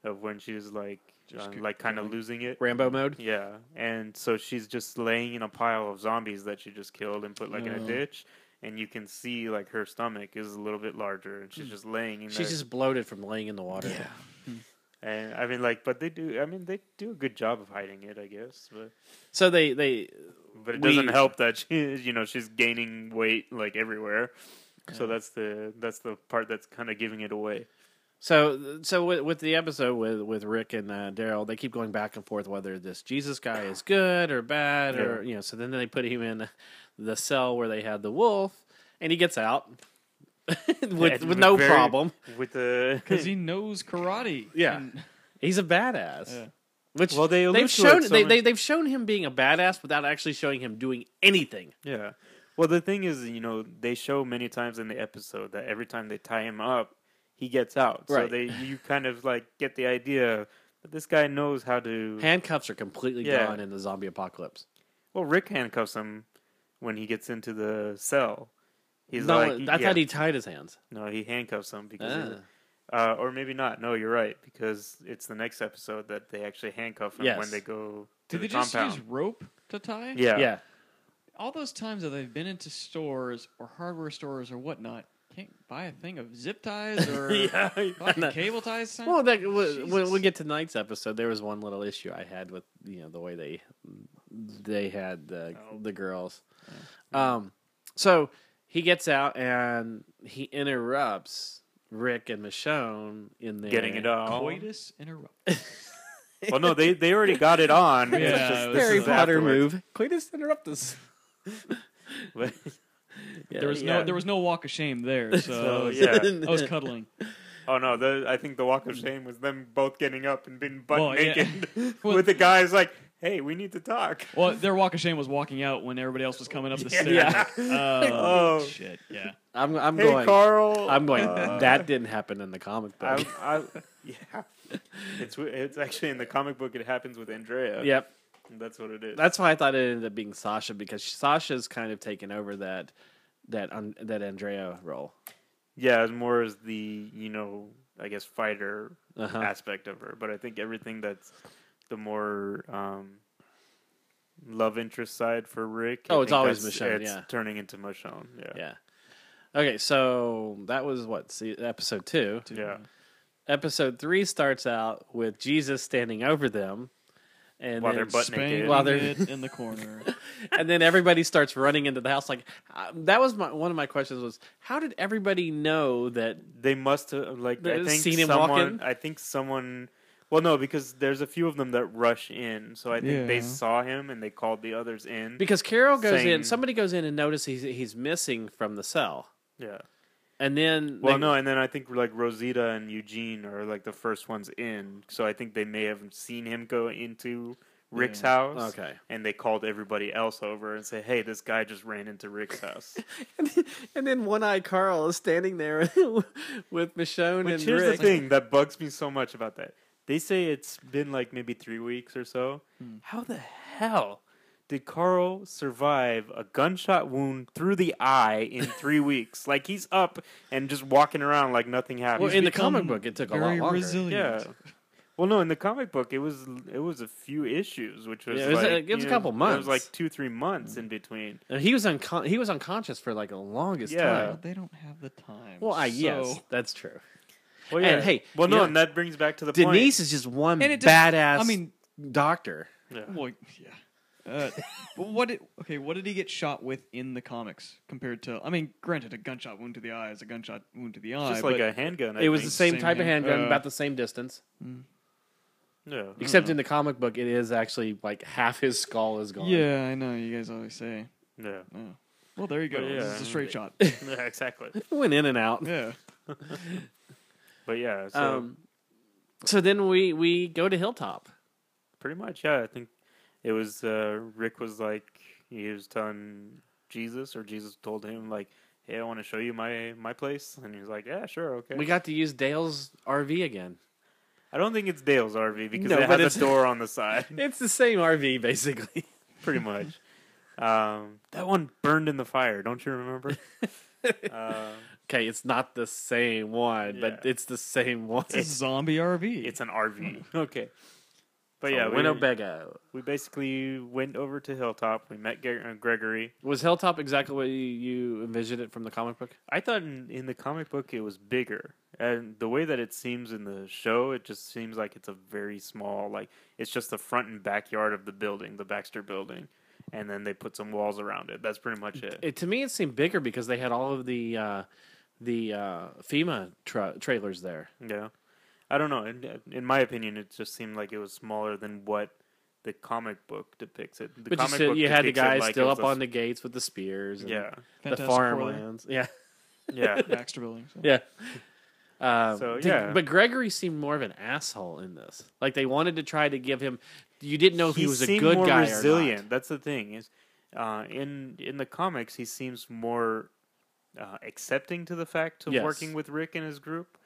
Speaker 6: of when she's like
Speaker 7: Just
Speaker 6: uh,
Speaker 7: keep
Speaker 6: like kind of
Speaker 7: going.
Speaker 6: losing it.
Speaker 1: Rambo mode
Speaker 6: Yeah, and so she's just laying in a pile of zombies that she just killed and put like in
Speaker 7: Oh.
Speaker 6: a ditch, and you can see like her stomach is a little bit larger, and she's just laying in
Speaker 1: Mm. she's
Speaker 6: there.
Speaker 1: just bloated from laying in the water
Speaker 7: yeah.
Speaker 6: And I mean, like, but they do. I mean, they do a good job of hiding it, I guess. But
Speaker 1: so they they
Speaker 6: but it
Speaker 1: We-
Speaker 6: doesn't help that she, you know, she's gaining weight like everywhere. So that's the that's the part that's kind of giving it away.
Speaker 1: so so with, with the episode with with Rick and uh, Daryl they keep going back and forth whether this Jesus guy is good or bad or you know so then they put him in the cell where they had the wolf and he gets out with,
Speaker 6: And
Speaker 1: with no
Speaker 6: very-
Speaker 1: problem
Speaker 6: With the
Speaker 7: Because he knows karate.
Speaker 1: hmm. Yeah.
Speaker 7: And- uh,
Speaker 1: He's a badass.
Speaker 7: Yeah.
Speaker 1: Which
Speaker 6: Well, they allude
Speaker 1: they've
Speaker 6: to it
Speaker 1: shown
Speaker 6: so
Speaker 1: they,
Speaker 6: many-
Speaker 1: they they've shown him being a badass without actually showing him doing anything.
Speaker 6: Yeah. Well, the thing is, you know, they show many times in the episode that every time they tie him up, he gets out. So
Speaker 1: Right.
Speaker 6: they you kind of like get the idea that this guy knows how to.
Speaker 1: Handcuffs are completely
Speaker 6: Yeah.
Speaker 1: gone in the zombie apocalypse.
Speaker 6: well, Rick handcuffs him when he gets into the cell. He's
Speaker 1: no,
Speaker 6: like,
Speaker 1: I
Speaker 6: yeah.
Speaker 1: thought he tied his hands.
Speaker 6: No, he handcuffs him because. he-
Speaker 1: Ah.
Speaker 6: uh, or maybe not. No, you're right because it's the next episode that they actually handcuff him
Speaker 1: Yes.
Speaker 6: when they go to
Speaker 7: Did
Speaker 6: the
Speaker 7: they just
Speaker 6: compound.
Speaker 7: use rope to tie?
Speaker 6: Yeah.
Speaker 1: Yeah.
Speaker 7: All those times that they've been into stores or hardware stores or whatnot, can't buy a thing of zip ties or
Speaker 1: Yeah,
Speaker 7: fucking
Speaker 1: no.
Speaker 7: cable ties. son?
Speaker 1: Well, that, when when we
Speaker 7: Jesus.
Speaker 1: get to tonight's episode, there was one little issue I had with you know the way they they had the
Speaker 6: Oh.
Speaker 1: the girls. Um, so he gets out and he interrupts Rick and Michonne in their
Speaker 6: Getting it all.
Speaker 7: Coitus interrupt.
Speaker 6: Well, no, they they already got it on. It's
Speaker 7: Yeah,
Speaker 6: just-
Speaker 7: it
Speaker 6: this
Speaker 1: Harry
Speaker 6: is
Speaker 1: Potter
Speaker 6: afterwards.
Speaker 1: move. Cletus interrupt us.
Speaker 7: There was
Speaker 6: Yeah.
Speaker 7: no there was no walk of shame there. So, I,
Speaker 6: So
Speaker 7: was,
Speaker 6: yeah.
Speaker 7: I was cuddling.
Speaker 6: Oh no! The, I think the walk of shame was them both getting up and being butt
Speaker 7: Well, yeah.
Speaker 6: naked
Speaker 7: Well-
Speaker 6: with the guys like, "Hey, we need to talk."
Speaker 7: Well, their walk of shame was walking out when everybody else was coming up the stairs.
Speaker 1: Yeah.
Speaker 7: Like,
Speaker 6: Oh.
Speaker 7: oh, shit! Yeah.
Speaker 1: I'm Uh, I'm
Speaker 6: Hey,
Speaker 1: going.
Speaker 6: Carl.
Speaker 1: I'm going.
Speaker 6: Uh,
Speaker 1: that didn't happen in the comic book.
Speaker 6: I'm, I, yeah, it's w- it's actually in the comic book. It happens with Andrea.
Speaker 1: yep.
Speaker 6: that's what it is.
Speaker 1: That's why I thought it ended up being Sasha because Sasha's kind of taken over that that un, that Andrea role.
Speaker 6: yeah, as more as the you know, I guess fighter
Speaker 1: Uh-huh.
Speaker 6: aspect of her. But I think everything that's the more um, love interest side for Rick. I
Speaker 1: Oh, it's
Speaker 6: think
Speaker 1: always
Speaker 6: that's-
Speaker 1: Michonne,
Speaker 6: It's
Speaker 1: yeah.
Speaker 6: turning into Michonne.
Speaker 1: Yeah. Okay, so that was what see, episode two.
Speaker 6: Yeah. yeah.
Speaker 1: Episode three starts out with Jesus standing over them, and
Speaker 6: While
Speaker 1: then,
Speaker 6: they're butt
Speaker 7: Bang
Speaker 6: naked.
Speaker 1: While they're-
Speaker 7: it in the corner.
Speaker 1: and then everybody starts running into the house. Like uh, that was my one of my questions was how did everybody know that
Speaker 6: They must have like
Speaker 1: They
Speaker 6: I think
Speaker 1: seen him
Speaker 6: someone.
Speaker 1: walking?
Speaker 6: I think someone. Well, no, because there's a few of them that rush in, so I think they
Speaker 7: Yeah.
Speaker 6: saw him and they called the others in.
Speaker 1: Because Carol goes in,
Speaker 6: saying-
Speaker 1: somebody goes in and notices he's he's missing from the cell,
Speaker 6: yeah.
Speaker 1: and then
Speaker 6: Well,
Speaker 1: they-
Speaker 6: no, and then I think like Rosita and Eugene are like the first ones in, so I think they may have seen him go into Rick's
Speaker 7: Yeah.
Speaker 6: house.
Speaker 1: Okay.
Speaker 6: and they called everybody else over and say, "Hey, this guy just ran into Rick's house."
Speaker 1: and then one eye Carl is standing there with Michonne
Speaker 6: Which
Speaker 1: and
Speaker 6: here's
Speaker 1: Rick.
Speaker 6: the thing that bugs me so much
Speaker 1: Hmm.
Speaker 6: about that. They say it's been like maybe three weeks or so. How the hell did Carl survive a gunshot wound through the eye in three weeks? Like he's up and just walking around like nothing happened.
Speaker 1: Well, in the
Speaker 7: become
Speaker 1: comic book, it took a lot
Speaker 7: very
Speaker 1: longer.
Speaker 7: resilient.
Speaker 6: yeah. Well, no, in the comic book, it was it was a few issues, which was
Speaker 1: Yeah, it was,
Speaker 6: like,
Speaker 1: like, it was a
Speaker 6: you
Speaker 1: couple
Speaker 6: It
Speaker 1: months. Hmm.
Speaker 6: was like two, three months in between.
Speaker 1: And he was uncon- he was unconscious for like the longest
Speaker 6: Yeah.
Speaker 1: time.
Speaker 7: Well, they don't have the time.
Speaker 1: Well, I yes,
Speaker 7: so-
Speaker 1: that's true.
Speaker 6: Well,
Speaker 1: And hey,
Speaker 6: well,
Speaker 1: you
Speaker 6: no,
Speaker 1: know-
Speaker 6: and that brings back to the
Speaker 1: Denise is just one
Speaker 7: And it just-
Speaker 1: badass.
Speaker 7: I mean,
Speaker 1: doctor.
Speaker 6: point. Yeah.
Speaker 7: well, yeah. Uh, but what? Did, okay, what did he get shot with in the comics compared to? I mean, granted, a gunshot wound to the eye is a gunshot wound to the eye.
Speaker 6: just like
Speaker 7: but
Speaker 6: a handgun. I
Speaker 1: it was the
Speaker 6: think.
Speaker 1: same,
Speaker 7: same
Speaker 1: type of
Speaker 7: hand-
Speaker 1: handgun,
Speaker 7: uh,
Speaker 1: about the same distance.
Speaker 6: Yeah.
Speaker 1: Except in the comic book, it is actually like half his skull is gone.
Speaker 7: Yeah, I know. You guys always say.
Speaker 6: Yeah.
Speaker 7: Oh. Well, there you go.
Speaker 6: But yeah,
Speaker 7: This is
Speaker 6: I
Speaker 7: a
Speaker 6: mean,
Speaker 7: straight shot.
Speaker 6: yeah, exactly.
Speaker 1: It went in and out.
Speaker 7: yeah.
Speaker 6: But yeah, so
Speaker 1: Um, so then we we go to Hilltop.
Speaker 6: pretty much, yeah. I think it was uh, Rick was like he was telling Jesus, or Jesus told him like, "Hey, I want to show you my my place," and he's like, "Yeah, sure, okay."
Speaker 1: We got to use Dale's RV again.
Speaker 6: I don't think it's Dale's RV because
Speaker 1: No,
Speaker 6: it
Speaker 1: but it's-
Speaker 6: has a door on the side,
Speaker 1: It's the same RV basically.
Speaker 6: pretty much. Um, that one burned in the fire. Don't you remember? uh,
Speaker 1: Okay, it's not the same one, but
Speaker 6: Yeah.
Speaker 1: it's the same one.
Speaker 7: It's a zombie RV.
Speaker 6: it's an RV. okay.
Speaker 1: Oh,
Speaker 6: But yeah, we,
Speaker 1: Winnebago.
Speaker 6: we basically went over to Hilltop. We met Gre- uh, Gregory.
Speaker 1: Was Hilltop exactly what you- you envisioned it from the comic book?
Speaker 6: I thought in, in the comic book it was bigger, and the way that it seems in the show, it just seems like it's a very small, like it's just the front and backyard of the building, the Baxter building, and then they put some walls around it. That's pretty much it.
Speaker 1: It, to me, it seemed bigger because they had all of the uh, the uh, FEMA tra- trailers there.
Speaker 6: Yeah, I don't know. In, in my opinion, it just seemed like it was smaller than what the comic book depicts it. The
Speaker 1: But you,
Speaker 6: comic
Speaker 1: still,
Speaker 6: book
Speaker 1: you had the
Speaker 6: depicts it
Speaker 1: guys
Speaker 6: like it
Speaker 1: still
Speaker 6: was
Speaker 1: up
Speaker 6: a
Speaker 1: on
Speaker 6: s-
Speaker 1: the gates with the spears. And
Speaker 6: yeah,
Speaker 1: The
Speaker 7: Fantastic Four there.
Speaker 1: farmlands. Yeah.
Speaker 6: yeah.
Speaker 7: Baxter Building. so.
Speaker 1: Yeah. Um,
Speaker 6: So,
Speaker 1: to-
Speaker 6: yeah.
Speaker 1: but Gregory seemed more of an asshole in this. Like they wanted to try to give him. You didn't know if he, was a
Speaker 6: seemed
Speaker 1: good
Speaker 6: more
Speaker 1: guy
Speaker 6: resilient.
Speaker 1: or not.
Speaker 6: That's the thing is, uh, in in the comics, he seems more uh, accepting to the fact of
Speaker 1: Yes.
Speaker 6: working with Rick and his group,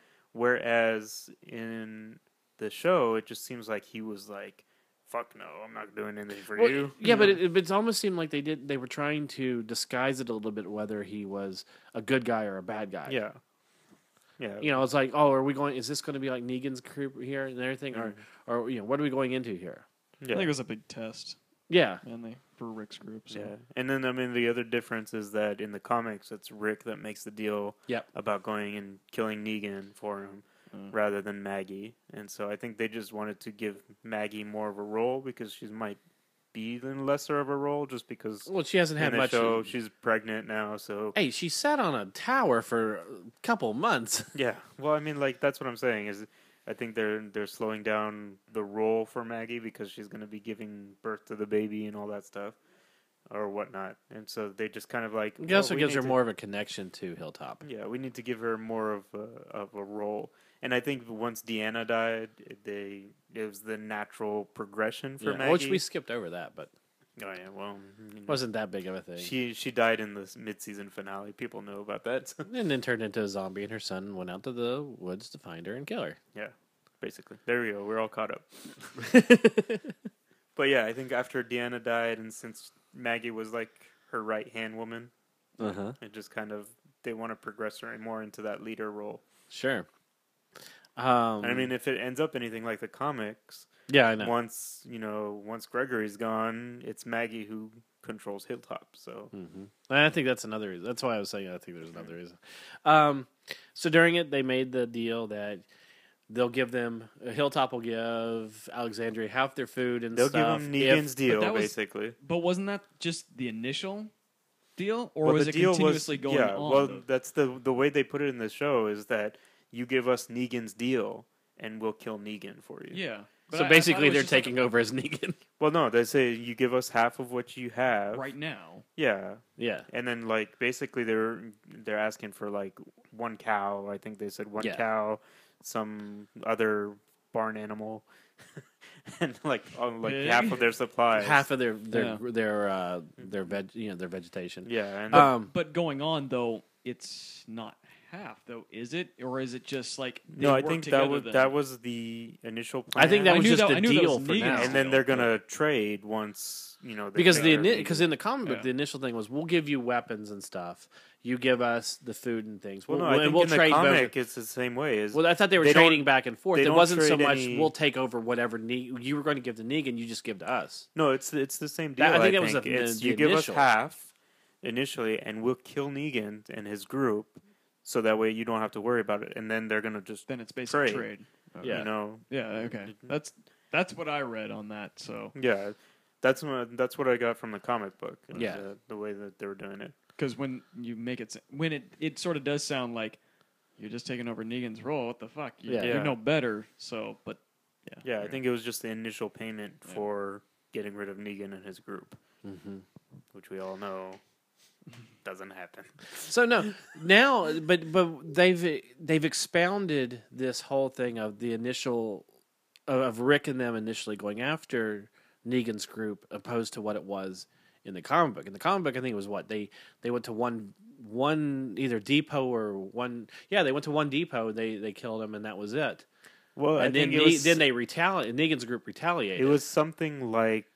Speaker 6: whereas in the show, it just seems like he was like, "Fuck no, I'm not doing anything for
Speaker 1: Well,
Speaker 6: you."
Speaker 1: yeah, but it, it, it almost seemed like they did. They were trying to disguise it a little bit, whether he was a good guy or a bad guy.
Speaker 6: yeah, yeah,
Speaker 1: you know, it's like, oh, are we going? Is this going to be like Negan's creep here and everything,
Speaker 6: Mm-hmm.
Speaker 1: or or you know, what are we going into here?
Speaker 7: I think it
Speaker 6: yeah.
Speaker 7: was a big test,
Speaker 1: Yeah,
Speaker 7: and they for Rick's group. So.
Speaker 6: Yeah. And then I mean the other difference is that in the comics it's Rick that makes the deal
Speaker 1: Yep.
Speaker 6: about going and killing Negan for him rather than Maggie. And so I think they just wanted to give Maggie more of a role because she might be in lesser of a role just because
Speaker 1: Well, she hasn't had
Speaker 6: in the
Speaker 1: much.
Speaker 6: show she's pregnant now, so
Speaker 1: hey, she sat on a tower for a couple months.
Speaker 6: yeah. Well, I mean like that's what I'm saying is I think they're they're slowing down the role for Maggie because she's going to be giving birth to the baby and all that stuff or whatnot. And so they just kind of like
Speaker 1: It
Speaker 6: well,
Speaker 1: also
Speaker 6: we
Speaker 1: gives
Speaker 6: need
Speaker 1: her
Speaker 6: to-
Speaker 1: more of a connection to Hilltop.
Speaker 6: Yeah, we need to give her more of a, of a role. And I think once Deanna died, they it was the natural progression for
Speaker 1: Yeah,
Speaker 6: Maggie.
Speaker 1: which we skipped over that, but
Speaker 6: oh yeah, well, you know,
Speaker 1: wasn't that big of a thing.
Speaker 6: she she died in the mid season finale. People know about that. so,
Speaker 1: and then turned into a zombie, and her son went out to the woods to find her and kill her.
Speaker 6: yeah, basically, there we go. We're all caught up. But yeah, I think after Deanna died, and since Maggie was like her right hand woman,
Speaker 1: uh huh.
Speaker 6: it just kind of they want to progress her more into that leader role.
Speaker 1: Sure. Um,
Speaker 6: And I mean, if it ends up anything like the comics,
Speaker 1: yeah, I know.
Speaker 6: once you know once Gregory's gone, it's Maggie who controls Hilltop. So
Speaker 1: Hmm. And I think that's another reason. That's why I was saying I think there's another reason. Um, so during it, they made the deal that they'll give them Hilltop will give Alexandria half their food and
Speaker 6: they'll
Speaker 1: stuff.
Speaker 6: give him
Speaker 1: if-
Speaker 6: Negan's deal
Speaker 7: that was-
Speaker 6: basically.
Speaker 7: But wasn't that just the initial deal, or
Speaker 6: Well,
Speaker 7: was
Speaker 6: the
Speaker 7: it
Speaker 6: deal was-
Speaker 7: continuously going
Speaker 6: yeah,
Speaker 7: on?
Speaker 6: Well, that's the the way they put it in the show is that you give us Negan's deal and we'll kill Negan for you.
Speaker 7: yeah. But I-
Speaker 1: so
Speaker 7: I thought
Speaker 1: basically,
Speaker 7: it was
Speaker 1: they're
Speaker 7: just like
Speaker 1: taking over as Negan.
Speaker 6: Well, no, they say you give us half of what you have.
Speaker 7: right now.
Speaker 6: Yeah.
Speaker 1: yeah,
Speaker 6: And then like basically they're they're asking for like one cow. I think they said one
Speaker 1: Yeah.
Speaker 6: cow, some other barn animal, and like on like
Speaker 7: Pig?
Speaker 6: half of their supplies.
Speaker 1: half of their their
Speaker 7: Yeah.
Speaker 1: their uh, their veg you know their vegetation.
Speaker 6: yeah, and
Speaker 1: Um,
Speaker 7: But going on though, it's not half, though, is it, or is it just like they
Speaker 6: No, I
Speaker 7: work
Speaker 6: think
Speaker 7: together
Speaker 6: that was
Speaker 7: then?
Speaker 6: that was the initial plan.
Speaker 1: I think that
Speaker 7: I
Speaker 1: was
Speaker 7: knew
Speaker 1: just
Speaker 7: that- I
Speaker 1: a
Speaker 7: knew that was
Speaker 1: deal for
Speaker 7: Negan's
Speaker 1: now.
Speaker 6: and then they're gonna trade once you know they
Speaker 1: because the
Speaker 6: trade their
Speaker 1: because in the comic book
Speaker 7: Yeah.
Speaker 1: the initial thing was we'll give you weapons and stuff. You give us the food and things.
Speaker 6: Well,
Speaker 1: We'll,
Speaker 6: no,
Speaker 1: we'll-
Speaker 6: I
Speaker 1: and
Speaker 6: think
Speaker 1: we'll
Speaker 6: in the
Speaker 1: trade both.
Speaker 6: comic it's the same way. Is
Speaker 1: Well, I thought they were
Speaker 6: they don't-
Speaker 1: trading back and forth.
Speaker 6: they
Speaker 1: It
Speaker 6: don't
Speaker 1: wasn't so
Speaker 6: trade
Speaker 1: much
Speaker 6: any-
Speaker 1: we'll take over whatever ne- you were going to give to Negan. You just give to us.
Speaker 6: no, it's it's the same deal.
Speaker 1: That- I think that was the-
Speaker 6: It's,
Speaker 1: the-
Speaker 6: you
Speaker 1: the
Speaker 6: give
Speaker 1: initial.
Speaker 6: us half initially, and we'll kill Negan and his group, so that way you don't have to worry about it. And then they're gonna just
Speaker 7: then it's basically
Speaker 6: Trade. Mm-hmm.
Speaker 7: trade.
Speaker 1: Yeah.
Speaker 6: you know
Speaker 7: Yeah. Okay. That's that's what I read on that. So
Speaker 6: yeah. That's what that's what I got from the comic book. is,
Speaker 1: Yeah.
Speaker 6: uh, the way that they were doing it.
Speaker 7: because when you make it s- when it it sort of does sound like you're just taking over Negan's role. What the fuck? You,
Speaker 1: Yeah.
Speaker 6: Yeah.
Speaker 7: you know better. So, but
Speaker 6: Yeah, I
Speaker 7: Right.
Speaker 6: think it was just the initial payment for getting rid of Negan and his group,
Speaker 1: Mm-hmm.
Speaker 6: which we all know doesn't happen.
Speaker 1: So no, now, but but they've they've expounded this whole thing of the initial of, of Rick and them initially going after Negan's group, opposed to what it was in the comic book. In the comic book, I think it was what they they went to one one either depot or one yeah they went to one depot. They they killed him and that was it.
Speaker 6: Well,
Speaker 1: and then
Speaker 6: it
Speaker 1: Ne- then they retaliate. Negan's group retaliated.
Speaker 6: it was something like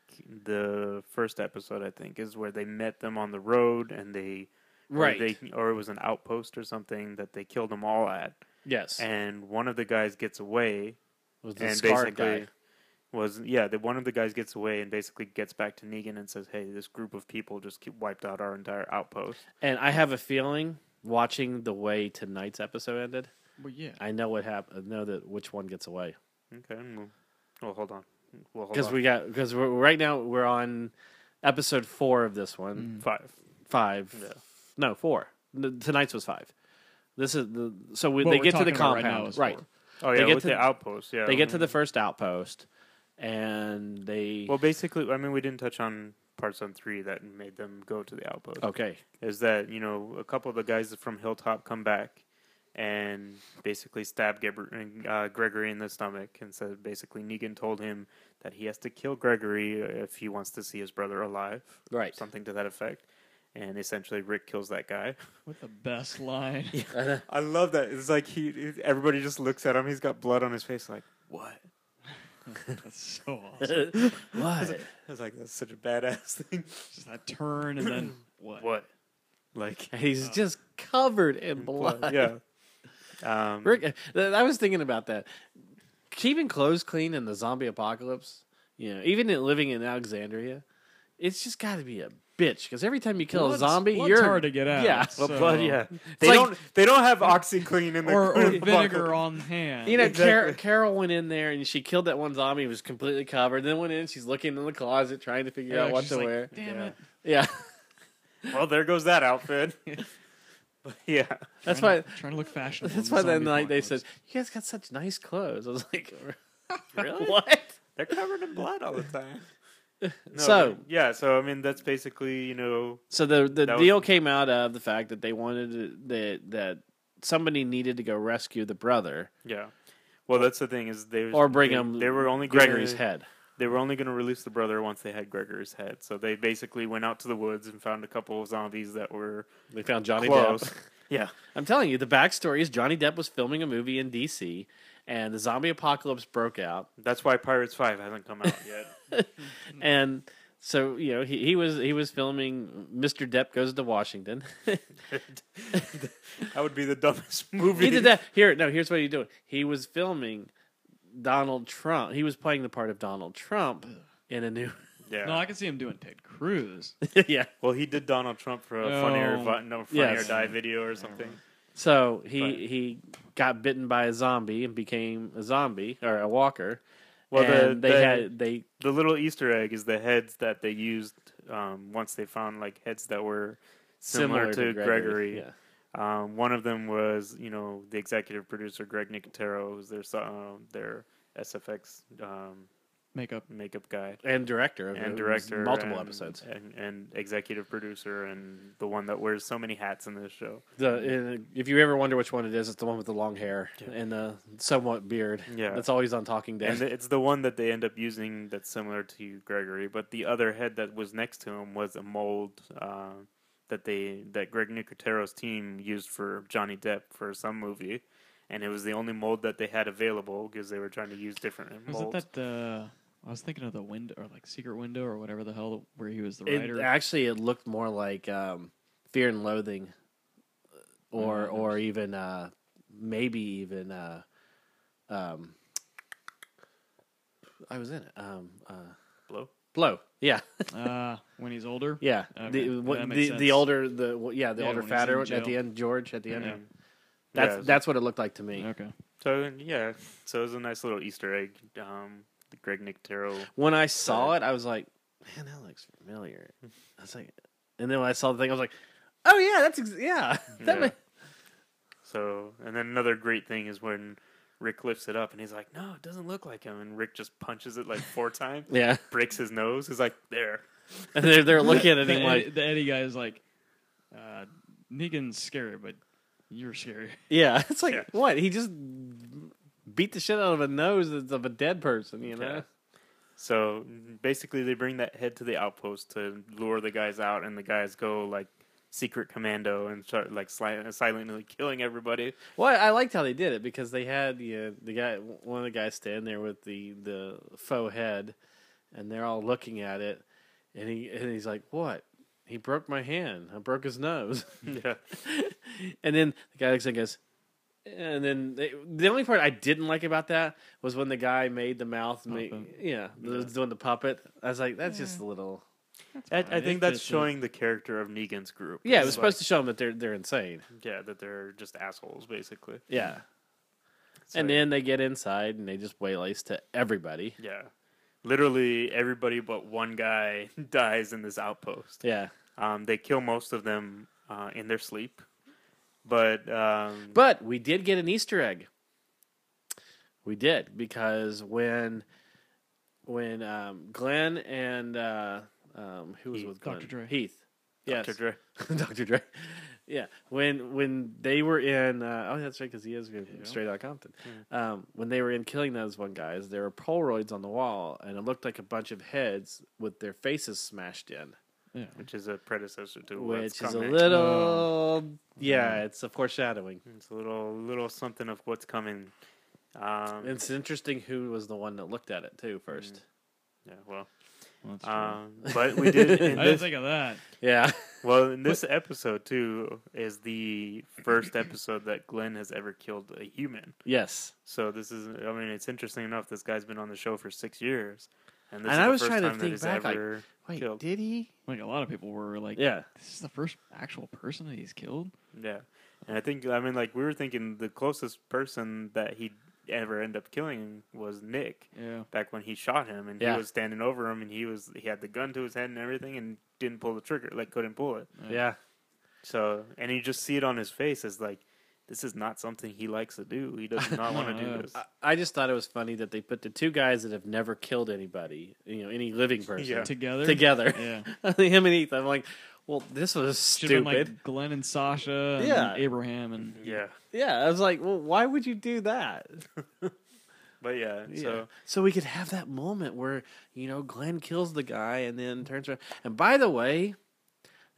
Speaker 6: the first episode, I think, is where they met them on the road and they or
Speaker 1: right.
Speaker 6: they, or it was an outpost or something that they killed them all at,
Speaker 1: yes.
Speaker 6: and one of the guys gets away
Speaker 1: was the
Speaker 6: and
Speaker 1: scarred
Speaker 6: basically
Speaker 1: guy.
Speaker 6: was yeah the one of the guys gets away and basically gets back to Negan and says, "Hey, this group of people just keep- wiped out our entire outpost."
Speaker 1: And I have a feeling watching the way tonight's episode ended.
Speaker 7: well, yeah.
Speaker 1: I know what happened. Know that which one gets away
Speaker 6: Okay, well, well hold on, well hold
Speaker 1: because
Speaker 6: on.
Speaker 1: we got because we're right now we're on episode four of this one
Speaker 6: five.
Speaker 7: Mm.
Speaker 1: five
Speaker 6: Yeah.
Speaker 1: no four N- tonight's was five this is the so we,
Speaker 7: What
Speaker 1: they
Speaker 7: we're
Speaker 1: get to the
Speaker 7: talking about right now
Speaker 1: compound
Speaker 7: is
Speaker 1: right,
Speaker 7: four.
Speaker 6: Oh
Speaker 1: They
Speaker 6: yeah,
Speaker 1: get
Speaker 6: with
Speaker 1: to-
Speaker 6: the outpost. Yeah, mm-hmm.
Speaker 1: they get to the first outpost and they
Speaker 6: Oh. Well, basically, I mean, we didn't touch on parts on three that made them go to the outpost.
Speaker 1: okay
Speaker 6: Is that you know a couple of the guys from Hilltop come back and basically stab Gabri- uh, Gregory in the stomach and said basically Negan told him that he has to kill Gregory uh, if he wants to see his brother alive.
Speaker 1: Right.
Speaker 6: Something to that effect. And essentially, Rick kills that guy.
Speaker 7: What the best line?
Speaker 6: I love that. It's like he, everybody just looks at him. He's got blood on his face. Like what?
Speaker 7: That's so awesome.
Speaker 1: what
Speaker 6: It's like that's such a badass thing.
Speaker 7: Just that turn and then what?
Speaker 6: What? Like
Speaker 1: he's just covered in blood
Speaker 6: yeah. Um,
Speaker 1: Rick, uh, th- I was thinking about that. Keeping clothes clean in the zombie apocalypse, you know, even in, living in Alexandria, it's just got to be a bitch. Because every time you kill a
Speaker 7: Blood's-
Speaker 1: zombie,
Speaker 7: blood's
Speaker 1: you're
Speaker 7: hard to get out,
Speaker 1: Yeah,
Speaker 7: so-
Speaker 1: blood,
Speaker 6: yeah.
Speaker 1: yeah.
Speaker 6: They
Speaker 1: like-
Speaker 6: don't. They don't have OxyClean in the
Speaker 7: Or, or
Speaker 6: in the bottle.
Speaker 7: vinegar on hand.
Speaker 1: You know, Car-
Speaker 6: Exactly.
Speaker 1: Carol went in there and she killed that one zombie. who was completely covered. Then went in, she's looking in the closet trying to figure
Speaker 7: Yeah,
Speaker 1: out what
Speaker 7: she's
Speaker 1: to
Speaker 7: like,
Speaker 1: wear.
Speaker 7: Damn
Speaker 6: Yeah.
Speaker 7: it.
Speaker 1: Yeah,
Speaker 6: Well, there goes that outfit. But yeah.
Speaker 1: that's why.
Speaker 7: Trying to- trying to look fashionable.
Speaker 1: That's
Speaker 7: in
Speaker 1: why
Speaker 7: the
Speaker 1: that
Speaker 7: zombie
Speaker 1: night they said,
Speaker 7: apocalypse.
Speaker 1: "You guys got such nice clothes." I was like, "Really? what?"
Speaker 6: They're covered in blood all the time.
Speaker 1: So-
Speaker 6: yeah, so I mean that's basically you know
Speaker 1: So the the
Speaker 6: That was-
Speaker 1: deal came out of the fact that they wanted to, that that somebody needed to go rescue the brother
Speaker 6: yeah. Well, that's the thing is they
Speaker 1: or bring
Speaker 6: they,
Speaker 1: him.
Speaker 6: They were only gonna,
Speaker 1: Gregory's head.
Speaker 6: They were only going to release the brother once they had Gregory's head. So they basically went out to the woods and found a couple of zombies that were
Speaker 1: They found Johnny
Speaker 6: close.
Speaker 1: Depp.
Speaker 6: yeah,
Speaker 1: I'm telling you, the backstory is Johnny Depp was filming a movie in D.C. and the zombie apocalypse broke out,
Speaker 6: that's why Pirates Five hasn't come out yet. Hmm.
Speaker 1: and so you know he, he was he was filming Mr. Depp goes to Washington.
Speaker 6: that would be the dumbest movie.
Speaker 1: he did that here. No, here's what he doing. He was filming Donald Trump. He was playing the part of Donald Trump in a new.
Speaker 6: Yeah.
Speaker 7: No, I can see him doing Ted Cruz.
Speaker 1: yeah.
Speaker 6: Well, he did Donald Trump for a funnier,
Speaker 7: No.
Speaker 6: Vi- no, funny
Speaker 1: Yes.
Speaker 6: or die video or something.
Speaker 1: So he
Speaker 6: But-
Speaker 1: he got bitten by a zombie and became a zombie or a walker.
Speaker 6: Well, the-
Speaker 1: and they
Speaker 6: the-
Speaker 1: had they
Speaker 6: The little Easter egg is the heads that they used um, once they found like heads that were similar,
Speaker 1: similar,
Speaker 6: to, Gregory.
Speaker 1: Yeah.
Speaker 6: Um, one of them was, you know, the executive producer Greg Nicotero, who's their so- um their SFX um,
Speaker 7: Makeup.
Speaker 6: makeup guy
Speaker 1: and director of it. It
Speaker 6: and
Speaker 1: was
Speaker 6: director,
Speaker 1: multiple
Speaker 6: and-
Speaker 1: episodes.
Speaker 6: and, and executive producer, and the one that wears so many hats in this show.
Speaker 1: The and if you ever wonder which one it is, it's the one with the long hair and the somewhat beard.
Speaker 6: Yeah.
Speaker 1: that's always on Talking Dead.
Speaker 6: and it's the one that they end up using that's similar to Gregory. But the other head that was next to him was a mold, uh, that they that Greg Nicotero's team used for Johnny Depp for some movie, and it was the only mold that they had available because they were trying to use different
Speaker 7: Was
Speaker 6: molds.
Speaker 7: it that the? I was thinking of the window or like secret window or whatever the hell where he was the
Speaker 1: It,
Speaker 7: writer.
Speaker 1: actually, it looked more like um, Fear and Loathing, uh,
Speaker 6: Mm,
Speaker 1: or or even uh, maybe even uh, um, I was in it. Um, uh,
Speaker 6: Blow?
Speaker 1: Blow. Yeah,
Speaker 7: uh, when he's older.
Speaker 1: yeah.
Speaker 7: Okay,
Speaker 1: The
Speaker 7: that
Speaker 1: what,
Speaker 7: makes
Speaker 1: the, the
Speaker 7: sense.
Speaker 1: older the well, yeah the
Speaker 7: Yeah,
Speaker 1: older
Speaker 7: when he's in
Speaker 1: fatter one at
Speaker 7: jail.
Speaker 1: the end George at the end.
Speaker 7: Yeah.
Speaker 1: That's
Speaker 6: Yeah, so-
Speaker 1: that's what it looked like to me.
Speaker 7: Okay.
Speaker 6: So yeah, so it was a nice little Easter egg. Um, the Greg Nicotero.
Speaker 1: When I saw it, I was like, "Man, that looks familiar." I was like, and then when I saw the thing, I was like, "Oh yeah, that's ex- yeah." that
Speaker 6: Yeah.
Speaker 1: ma-
Speaker 6: So and then another great thing is when Rick lifts it up and he's like, "No, it doesn't look like him," and Rick just punches it like four times,
Speaker 1: yeah.
Speaker 6: breaks his nose. He's like, "There."
Speaker 1: And they're they're looking at it
Speaker 7: The,
Speaker 1: and
Speaker 7: Eddie,
Speaker 1: like,
Speaker 7: the Eddie guy is like, uh, Negan's scary, but you're scary.
Speaker 1: yeah, it's like
Speaker 6: Yeah.
Speaker 1: what he just beat the shit out of a nose that's of a dead person, you know?
Speaker 6: Yeah. So basically, they bring that head to the outpost to lure the guys out, and the guys go like secret commando and start like sli- silently killing everybody.
Speaker 1: Well, I liked how they did it because they had you know, the guy, one of the guys, standing there with the the faux head, and they're all looking at it, and he and he's like, "What? He broke my hand. I broke his nose."
Speaker 6: Yeah,
Speaker 1: and then the guy looks and goes, and then they, the only part I didn't like about that was when the guy made the mouth, make,
Speaker 7: Puppet.
Speaker 1: yeah, was doing the puppet. I was like, that's just a little.
Speaker 6: I,
Speaker 7: fine.
Speaker 6: I think
Speaker 7: It
Speaker 6: that's
Speaker 7: fits in.
Speaker 6: showing the character of Negan's group.
Speaker 1: Yeah, it was
Speaker 6: It's like-
Speaker 1: supposed to show them that they're they're insane.
Speaker 6: Yeah, that they're just assholes basically.
Speaker 1: Yeah,
Speaker 6: So,
Speaker 1: and then they get inside and they just waylace to everybody.
Speaker 6: yeah, literally everybody but one guy dies in this outpost.
Speaker 1: Yeah,
Speaker 6: Um, they kill most of them uh, in their sleep, but um,
Speaker 1: but we did get an Easter egg. We did because when when um, Glenn and uh, um, who was
Speaker 6: Heath.
Speaker 1: with Glenn?
Speaker 7: Dr. Dre.
Speaker 1: Heath. Yes.
Speaker 6: Dr. Dre-
Speaker 1: Dr. Dre. Yeah, when when they were in, uh, oh, that's right, because he is from straight out of Compton. Um, when they were in killing those one guys, there were Polaroids on the wall, and it looked like a bunch of heads with their faces smashed in,
Speaker 7: Yeah.
Speaker 6: which is a predecessor to what's
Speaker 1: which is a
Speaker 6: coming.
Speaker 1: little, yeah, it's a foreshadowing.
Speaker 6: It's a little little something of what's coming. Um,
Speaker 1: It's interesting who was the one that looked at it too first.
Speaker 6: yeah, well,
Speaker 7: Well, that's true.
Speaker 6: um, but we did. In
Speaker 7: I didn't
Speaker 6: this,
Speaker 7: think of that.
Speaker 1: Yeah,
Speaker 6: well, in this episode too is the first episode that Glenn has ever killed a human.
Speaker 1: yes.
Speaker 6: So this is. I mean, it's interesting enough. This guy's been on the show for six years, and this
Speaker 1: And
Speaker 6: is
Speaker 1: I
Speaker 6: the
Speaker 1: was
Speaker 6: first
Speaker 1: trying to
Speaker 6: time that
Speaker 1: think
Speaker 6: he's
Speaker 1: back, like,
Speaker 6: ever
Speaker 1: Wait,
Speaker 6: killed.
Speaker 1: did he?
Speaker 7: Like a lot of people were like,
Speaker 1: Yeah,
Speaker 7: this is the first actual person that he's killed.
Speaker 6: Yeah, and I think I mean like we were thinking the closest person that he ever end up killing was Nick.
Speaker 7: Yeah.
Speaker 6: back when he shot him and
Speaker 1: Yeah.
Speaker 6: he was standing over him and he was he had the gun to his head and everything and didn't pull the trigger like couldn't pull it
Speaker 1: yeah,
Speaker 6: so and you just see it on his face as like this is not something he likes to do he does not want
Speaker 7: No,
Speaker 6: to do
Speaker 7: no.
Speaker 6: this
Speaker 1: I- I just thought it was funny that they put the two guys that have never killed anybody, you know, any living person,
Speaker 6: Yeah.
Speaker 7: Together.
Speaker 1: together.
Speaker 7: Yeah.
Speaker 1: him and Heath. I'm like, well, this was
Speaker 7: Should
Speaker 1: stupid.
Speaker 7: have been like Glenn and Sasha and
Speaker 1: Yeah.
Speaker 7: Abraham and
Speaker 6: yeah
Speaker 1: yeah, I was like, well, why would you do that?
Speaker 6: but yeah,
Speaker 1: So,
Speaker 6: so
Speaker 1: so we could have that moment where you know Glenn kills the guy and then turns around. And by the way,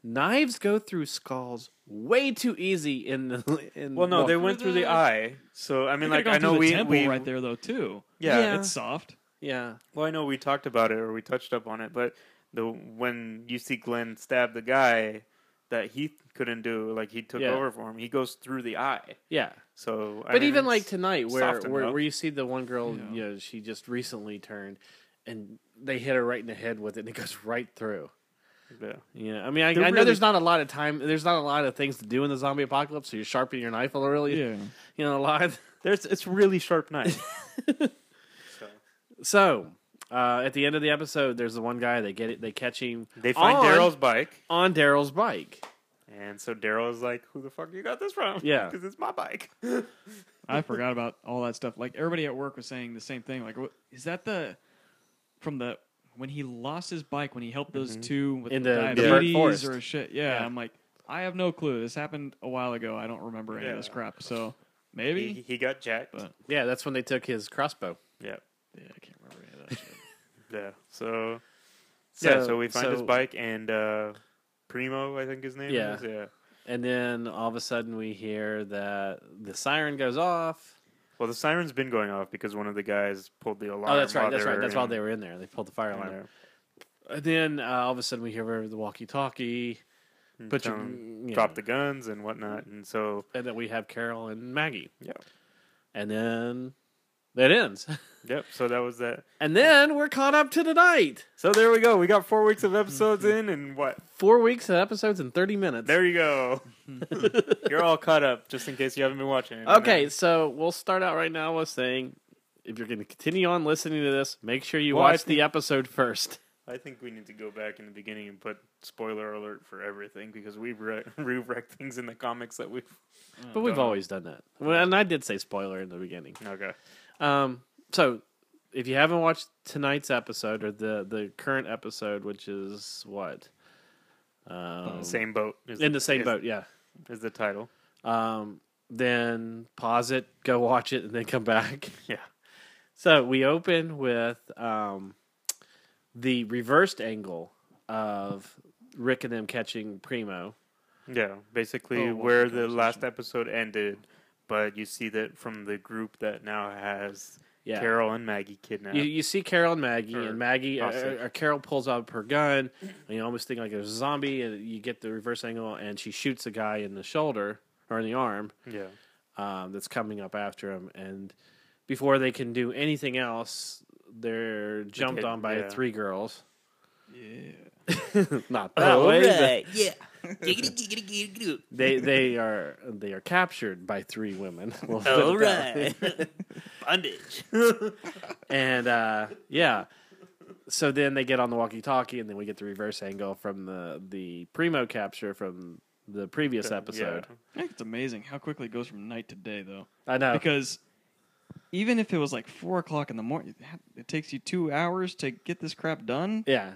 Speaker 1: knives go through skulls way too easy in the in.
Speaker 6: well no they went
Speaker 7: through
Speaker 6: through the
Speaker 7: the-
Speaker 6: eye so i mean
Speaker 7: They could've
Speaker 6: like
Speaker 7: gone
Speaker 6: i know
Speaker 7: through the
Speaker 6: we,
Speaker 7: temple
Speaker 6: we
Speaker 7: right there though too.
Speaker 6: yeah,
Speaker 1: Yeah.
Speaker 7: It's soft.
Speaker 1: yeah,
Speaker 6: well i know we talked about it or we touched up on it but the when you see glenn stab the guy that he couldn't do like he took
Speaker 1: Yeah.
Speaker 6: over for him he goes through the eye
Speaker 1: yeah.
Speaker 6: so I
Speaker 1: But
Speaker 6: mean,
Speaker 1: even like
Speaker 6: it's-
Speaker 1: tonight, where
Speaker 6: soft
Speaker 1: where,
Speaker 6: enough.
Speaker 1: where you see the one girl,
Speaker 7: Yeah.
Speaker 1: you know, she just recently turned, and they hit her right in the head with it, and it goes right through.
Speaker 6: yeah.
Speaker 1: Yeah, I mean, I, I
Speaker 6: They're
Speaker 1: know there's
Speaker 6: really-
Speaker 1: not a lot of time. There's not a lot of things to do in the zombie apocalypse, so you're sharpening your knife a little, really,
Speaker 7: Yeah.
Speaker 1: you know, a lot.
Speaker 6: There's it's really sharp knife. so
Speaker 1: So uh, at the end of the episode, there's the one guy they get it, they catch him.
Speaker 6: they find
Speaker 1: on-
Speaker 6: Daryl's bike,
Speaker 1: on Daryl's bike.
Speaker 6: and so Daryl is like, "Who the fuck you got this from?"
Speaker 1: Yeah.
Speaker 6: because it's my bike.
Speaker 7: I forgot about all that stuff. Like everybody at work was saying the same thing. Like, what, is that the from the when he lost his bike when he helped those two with
Speaker 1: In
Speaker 7: the
Speaker 1: the- the burnt
Speaker 7: diabetes
Speaker 1: forest.
Speaker 7: or shit? Yeah,
Speaker 1: Yeah.
Speaker 7: I'm like, I have no clue. This happened a while ago. I don't remember any of this
Speaker 6: Yeah.
Speaker 7: crap. So
Speaker 6: he,
Speaker 7: maybe.
Speaker 6: he got jacked.
Speaker 7: But-
Speaker 1: Yeah, that's when they took his crossbow.
Speaker 6: Yeah,
Speaker 7: Yeah, I can't remember any of that shit.
Speaker 6: yeah. So
Speaker 1: So-
Speaker 6: yeah, so we find his
Speaker 1: so-
Speaker 6: bike, and uh, Primo, I think his name
Speaker 1: Yeah.
Speaker 6: is. Yeah.
Speaker 1: And then all of a sudden we hear that the siren goes off.
Speaker 6: Well, the siren's been going off because one of the guys pulled the alarm.
Speaker 1: Oh, that's right.
Speaker 6: while
Speaker 1: That's
Speaker 6: they
Speaker 1: right.
Speaker 6: were
Speaker 1: That's while
Speaker 6: in-
Speaker 1: they were in there. They pulled the fire
Speaker 6: in
Speaker 1: alarm.
Speaker 6: there.
Speaker 1: And then uh, all of a sudden we hear the walkie-talkie,
Speaker 6: And
Speaker 1: But you-
Speaker 6: tell 'em,
Speaker 1: mm, yeah.
Speaker 6: drop the guns and whatnot, and so
Speaker 1: and then we have Carol and Maggie.
Speaker 6: yeah,
Speaker 1: And then that ends.
Speaker 6: yep. So that was that.
Speaker 1: and then we're caught up to the night.
Speaker 6: So there we go. We got four weeks of episodes
Speaker 1: Mm-hmm.
Speaker 6: in, and what?
Speaker 1: Four weeks of episodes in 30 minutes.
Speaker 6: There you go. You're all caught up, just in case you haven't been watching.
Speaker 1: okay, so we'll start out right now with saying if you're going to continue on listening to this, make sure you
Speaker 6: Well, I
Speaker 1: watch the episode first.
Speaker 6: I think we need to go back in the beginning and put spoiler alert for everything because we've re- we've wrecked things in the comics that we've.
Speaker 1: But we've
Speaker 6: Don't.
Speaker 1: always done that. Well, and I did say spoiler in the beginning.
Speaker 6: Okay.
Speaker 1: Um, so if you haven't watched tonight's episode or the the current episode, which is what um,
Speaker 6: same boat. Is
Speaker 1: in the same
Speaker 6: is-
Speaker 1: boat, yeah.
Speaker 6: is the title.
Speaker 1: Um, then pause it, go watch it, and then come back.
Speaker 6: Yeah.
Speaker 1: So we open with um, the reversed angle of Rick and them catching Primo.
Speaker 6: Yeah, basically
Speaker 7: Oh, what's
Speaker 6: where
Speaker 7: the
Speaker 6: the last episode ended, but you see that from the group that now has
Speaker 1: Yeah.
Speaker 6: Carol and Maggie kidnapped.
Speaker 1: You, you see Carol and Maggie,
Speaker 6: Or
Speaker 1: and Maggie or,
Speaker 6: hostage.
Speaker 1: or Carol pulls up her gun, and you almost think like there's a zombie, and you get the reverse angle, and she shoots a guy in the shoulder or in the arm
Speaker 6: yeah,
Speaker 1: um, that's coming up after him, and before they can do anything else, they're jumped
Speaker 6: kid,
Speaker 1: on by
Speaker 6: yeah.
Speaker 1: three girls.
Speaker 7: Yeah.
Speaker 1: Not that way. but
Speaker 2: yeah. Giggity, giggity, giggity, giggity.
Speaker 1: They they are they are captured by three women. We'll put it
Speaker 2: All
Speaker 1: that way.
Speaker 2: right. Bondage.
Speaker 1: and uh, yeah. So then they get on the walkie-talkie, and then we get the reverse angle from the the primo capture from the previous
Speaker 6: yeah.
Speaker 1: episode.
Speaker 7: I think it's amazing how quickly it goes from night to day, though.
Speaker 1: I know.
Speaker 7: Because even if it was like four o'clock in the morning, it takes you two hours to get this crap done.
Speaker 1: yeah.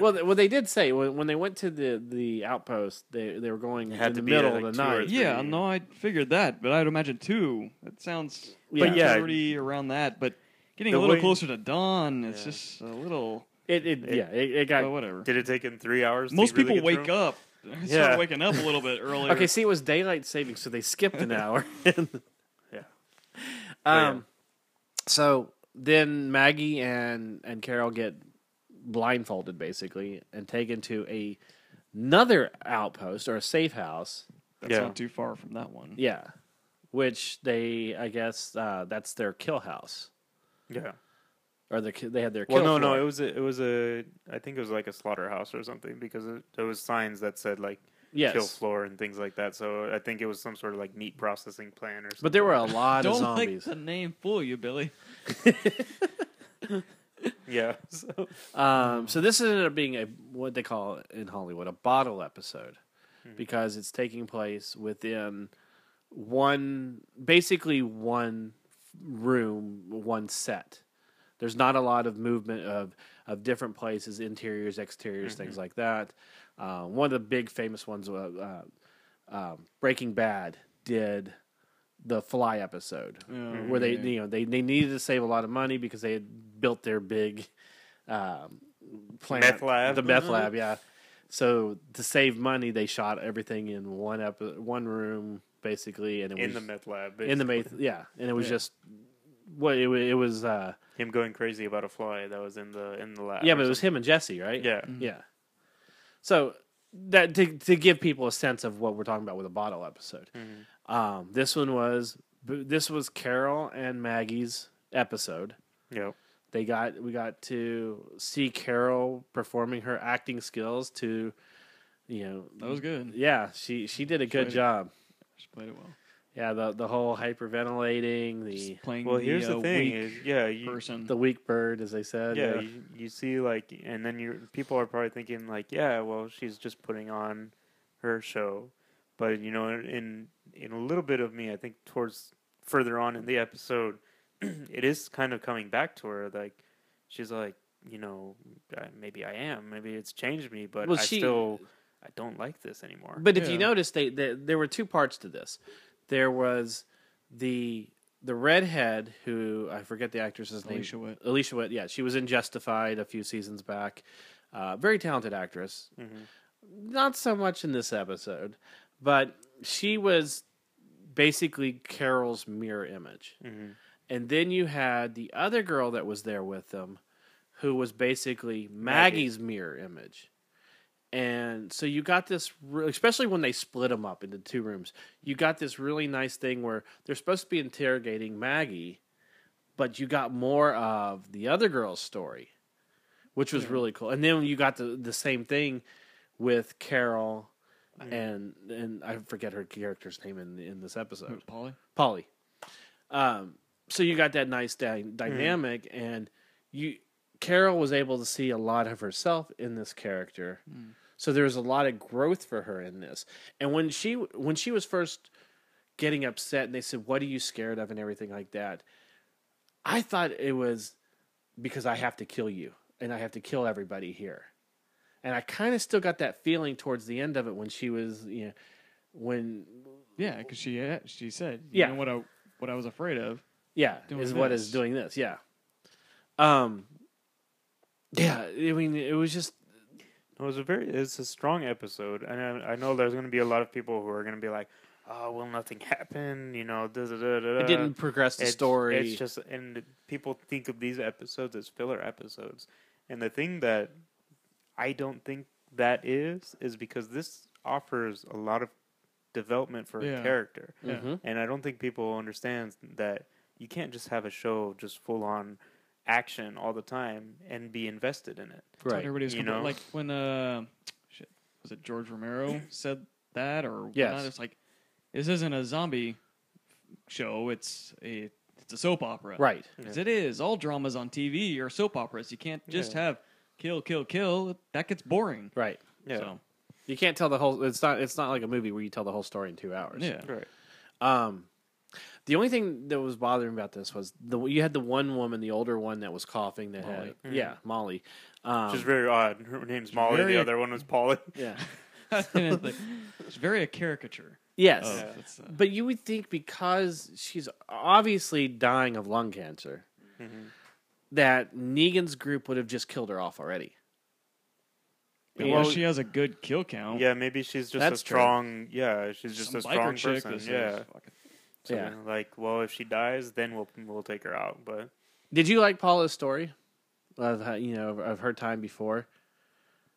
Speaker 1: well, th- well, they did say when, when they went to the, the outpost, they they were going
Speaker 6: It had
Speaker 1: in
Speaker 6: to
Speaker 1: the
Speaker 6: be uh,
Speaker 1: middle
Speaker 6: like
Speaker 1: of
Speaker 6: two
Speaker 1: the
Speaker 6: or
Speaker 1: night.
Speaker 6: three.
Speaker 7: Yeah, no, I figured that, but I'd imagine two. That sounds
Speaker 1: Yeah.
Speaker 7: like
Speaker 1: But yeah.
Speaker 7: 30 around that, but getting
Speaker 6: The
Speaker 7: a little
Speaker 6: way-
Speaker 7: closer to dawn, it's
Speaker 6: Yeah.
Speaker 7: just a little.
Speaker 1: It, it, yeah it, it got
Speaker 7: But whatever.
Speaker 6: Did it take him three hours? to
Speaker 7: Most people
Speaker 6: really get
Speaker 7: wake
Speaker 6: through?
Speaker 7: up. Start
Speaker 6: Yeah.
Speaker 7: waking up a little bit earlier.
Speaker 1: okay. See, it was daylight savings, so they skipped an hour.
Speaker 6: Oh, Yeah.
Speaker 1: Um, so then Maggie and and Carol get blindfolded basically and taken to a another outpost or a safe house.
Speaker 7: That's
Speaker 6: Yeah.
Speaker 7: not too far from that one.
Speaker 1: Yeah, which they I guess uh, that's their kill house
Speaker 6: Yeah.
Speaker 1: or the ki- they had their kill
Speaker 6: Well, no, no,
Speaker 1: floor.
Speaker 6: it was a, it was a I think it was like a slaughterhouse or something because it, there was signs that said like
Speaker 1: yes.
Speaker 6: kill floor and things like that. So I think it was some sort of like meat processing plant or something.
Speaker 1: But there were a lot of
Speaker 7: Don't let
Speaker 1: zombies.
Speaker 7: the name fool you, Billy.
Speaker 6: yeah. So,
Speaker 1: Um, so this ended up being a what they call in Hollywood a bottle episode because it's taking place within one basically one room, one set. There's not a lot of movement of of different places, interiors, exteriors, things like that. Uh, one of the big famous ones, uh, uh, um, Breaking Bad, did the Fly episode where they
Speaker 6: Mm-hmm.
Speaker 1: you know they, they needed to save a lot of money because they had built their big um, plant,
Speaker 6: Meth lab. Mm-hmm.
Speaker 1: the meth lab, yeah. So to save money, they shot everything in one up one room basically, and it
Speaker 6: in
Speaker 1: was
Speaker 6: the meth lab,
Speaker 1: in the
Speaker 6: basically.
Speaker 1: meth, yeah, and it was just what it, wa- it was. Uh,
Speaker 6: him going crazy about a fly that was in the in the lab.
Speaker 1: yeah,
Speaker 6: or
Speaker 1: but it was
Speaker 6: something.
Speaker 1: him and Jesse, right?
Speaker 6: Yeah.
Speaker 1: yeah. So that to to give people a sense of what we're talking about with a bottle episode.
Speaker 6: Mm-hmm.
Speaker 1: Um, this one was this was Carol and Maggie's episode.
Speaker 6: Yep.
Speaker 1: They got we got to see Carol performing her acting skills to, you know,
Speaker 7: That was good.
Speaker 1: yeah, she she did a good
Speaker 7: Played it.
Speaker 1: job.
Speaker 7: Just played it well.
Speaker 1: Yeah, the the whole hyperventilating, the
Speaker 7: Just playing
Speaker 6: Well,
Speaker 7: the,
Speaker 6: here's the,
Speaker 7: uh,
Speaker 6: thing:
Speaker 7: weak
Speaker 6: is yeah, you,
Speaker 7: person.
Speaker 1: the weak bird, as they said.
Speaker 6: yeah, you, you see like, and then you people are probably thinking like, yeah, well, she's just putting on her show, but you know, in in a little bit of me, I think towards further on in the episode, it is kind of coming back to her. Like, she's like, you know, I- maybe I am, maybe it's changed me, but
Speaker 1: Well,
Speaker 6: I
Speaker 1: she-
Speaker 6: still I don't like this anymore.
Speaker 1: But if you
Speaker 7: Yeah.
Speaker 1: notice, they, they there were two parts to this. There was the the redhead who I forget the actress's
Speaker 7: Alicia
Speaker 1: name.
Speaker 7: Witt.
Speaker 1: Alicia Witt. Yeah, she was in Justified a few seasons back. Uh, very talented actress.
Speaker 7: Mm-hmm.
Speaker 1: not so much in this episode, but she was basically Carol's mirror image.
Speaker 7: Mm-hmm.
Speaker 1: And then you had the other girl that was there with them, who was basically Maggie's mirror image. And so you got this, re- especially when they split them up into two rooms, you got this really nice thing where they're supposed to be interrogating Maggie, but you got more of the other girl's story, which was really cool. And then you got the, the same thing with Carol and and I forget her character's name in in this episode.
Speaker 7: Polly.
Speaker 1: Polly. Um, so you got that nice dy- dynamic, and you Carol was able to see a lot of herself in this character. So there was a lot of growth for her in this. And when she when she was first getting upset, and they said, "What are you scared of?" and everything like that, I thought it was because I have to kill you, and I have to kill everybody here. And I kind of still got that feeling towards the end of it when she was, you know, when
Speaker 7: Yeah, because she had- she said, you
Speaker 1: Yeah.
Speaker 7: know what I what I was afraid of.
Speaker 1: Yeah,
Speaker 7: doing
Speaker 1: is what is
Speaker 7: this.
Speaker 1: doing this. Yeah. Um. Yeah, I mean, it was just
Speaker 6: It was a very it's a strong episode, and I, I know there's going to be a lot of people who are going to be like, "Oh, well, nothing happened," you know. Da, da, da, da,
Speaker 1: it didn't progress the
Speaker 6: it's,
Speaker 1: story.
Speaker 6: It's just, and people think of these episodes as filler episodes, and the thing that I don't think that is is because this offers a lot of development for
Speaker 7: Yeah.
Speaker 6: a character,
Speaker 7: Yeah.
Speaker 1: Mhm.
Speaker 6: and I don't think people understand that you can't just have a show just full on action all the time and be invested in it.
Speaker 7: That's what
Speaker 1: right.
Speaker 7: Everybody was
Speaker 6: You
Speaker 7: compl-
Speaker 6: know?
Speaker 7: like when uh, shit, was it George Romero said that or
Speaker 1: Yes.
Speaker 7: whatnot? It's like this isn't a zombie show. It's a it's a soap opera,
Speaker 1: Right.
Speaker 7: 'Cause it is. All dramas on TV are soap operas. You can't just
Speaker 6: Yeah.
Speaker 7: have kill, kill, kill. That gets boring.
Speaker 1: Right.
Speaker 6: Yeah.
Speaker 7: So,
Speaker 1: You can't tell the whole. It's not. It's not like a movie where you tell the whole story in two hours.
Speaker 7: yeah.
Speaker 6: Right.
Speaker 1: Um. The only thing that was bothering about this was the you had the one woman, the older one that was coughing. That had
Speaker 7: Molly.
Speaker 1: yeah, Molly. Um,
Speaker 6: Which is very odd. Her name's Molly.
Speaker 7: very-
Speaker 6: The other one was Polly.
Speaker 1: yeah.
Speaker 7: And it's like, it's very a caricature.
Speaker 1: Yes.
Speaker 7: Of, it's, uh,
Speaker 1: But you would think because she's obviously dying of lung cancer, that Negan's group would have just killed her off already.
Speaker 7: well, she has a good kill count.
Speaker 6: Yeah, maybe she's just a
Speaker 1: Oh. That's true.
Speaker 6: strong. Yeah, she's just
Speaker 7: Some
Speaker 6: a
Speaker 7: biker
Speaker 6: strong
Speaker 7: chick
Speaker 6: person.
Speaker 7: that's
Speaker 6: Yeah.
Speaker 7: just fucking-
Speaker 6: So,
Speaker 1: uh, Yeah.
Speaker 6: Like, well, if she dies, then we'll we'll take her out. But
Speaker 1: Did you like Paula's story? Of how- you know of- of her time before.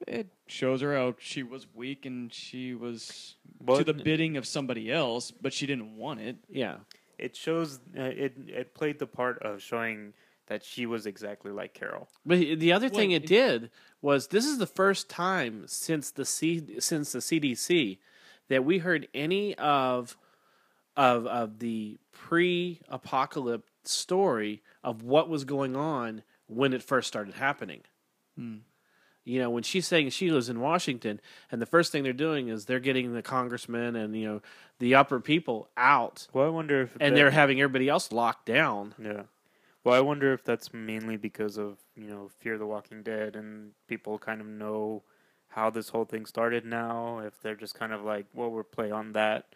Speaker 7: it shows her how she was weak and she was
Speaker 6: Well,
Speaker 7: to the bidding of somebody else, but she didn't want it.
Speaker 1: Yeah.
Speaker 6: it shows uh, it it played the part of showing that she was exactly like Carol.
Speaker 1: But he- the other thing
Speaker 7: Well,
Speaker 1: it,
Speaker 7: it-
Speaker 1: did was this is the first time since the C, since the CDC that we heard any of of of the pre-apocalypse story of what was going on when it first started happening. You know, when she's saying she lives in Washington, and the first thing they're doing is they're getting the congressmen and you know the upper people out,
Speaker 6: Well, I wonder if
Speaker 1: and
Speaker 6: that-
Speaker 1: they're having everybody else locked down.
Speaker 6: yeah. Well, I wonder if that's mainly because of you know Fear the Walking Dead and people kind of know how this whole thing started now. If they're just kind of like, well, we'll play on that,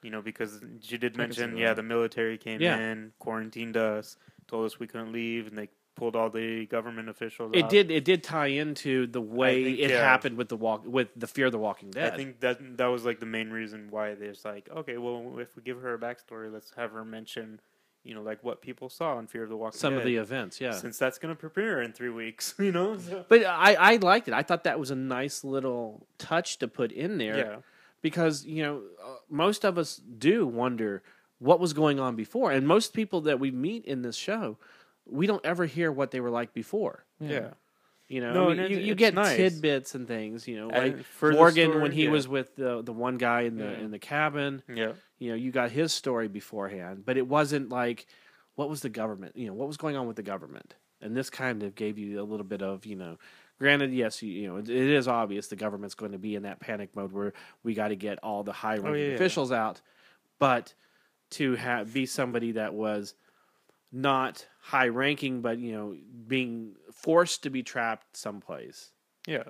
Speaker 6: you know, because you did mention, yeah, the military came
Speaker 1: Yeah.
Speaker 6: in, quarantined us, told us we couldn't leave, and they pulled all the government officials.
Speaker 1: It
Speaker 6: out.
Speaker 1: did. It did tie into the way
Speaker 6: think,
Speaker 1: it
Speaker 6: yeah.
Speaker 1: happened with the walk with the Fear the Walking Dead.
Speaker 6: I think that that was like the main reason why they're just like, okay, well, if we give her a backstory, let's have her mention, you know, like what people saw in Fear of the Walking
Speaker 1: some
Speaker 6: Dead.
Speaker 1: of the events. Yeah,
Speaker 6: since that's gonna premiere in three weeks, you know. So-
Speaker 1: but I I liked it. I thought that was a nice little touch to put in there.
Speaker 6: Yeah.
Speaker 1: because you know uh, most of us do wonder what was going on before, and most people that we meet in this show, we don't ever hear what they were like before.
Speaker 6: yeah,
Speaker 1: You know,
Speaker 6: No,
Speaker 1: I mean,
Speaker 6: and
Speaker 1: you,
Speaker 6: it-
Speaker 1: you
Speaker 6: it's
Speaker 1: get
Speaker 6: nice.
Speaker 1: tidbits and things. You know,
Speaker 6: And
Speaker 1: like
Speaker 6: for the
Speaker 1: Morgan
Speaker 6: story,
Speaker 1: when he
Speaker 6: yeah.
Speaker 1: was with the the one guy in the
Speaker 7: Yeah.
Speaker 1: in the cabin.
Speaker 6: yeah,
Speaker 1: you know you got his story beforehand but it wasn't like what was the government you know what was going on with the government and this kind of gave you a little bit of you know granted yes you, you know it, it is obvious the government's going to be in that panic mode where we got to get all the high ranking
Speaker 6: Oh, yeah, yeah.
Speaker 1: officials out but to have be somebody that was not high ranking but you know being forced to be trapped someplace
Speaker 6: yeah.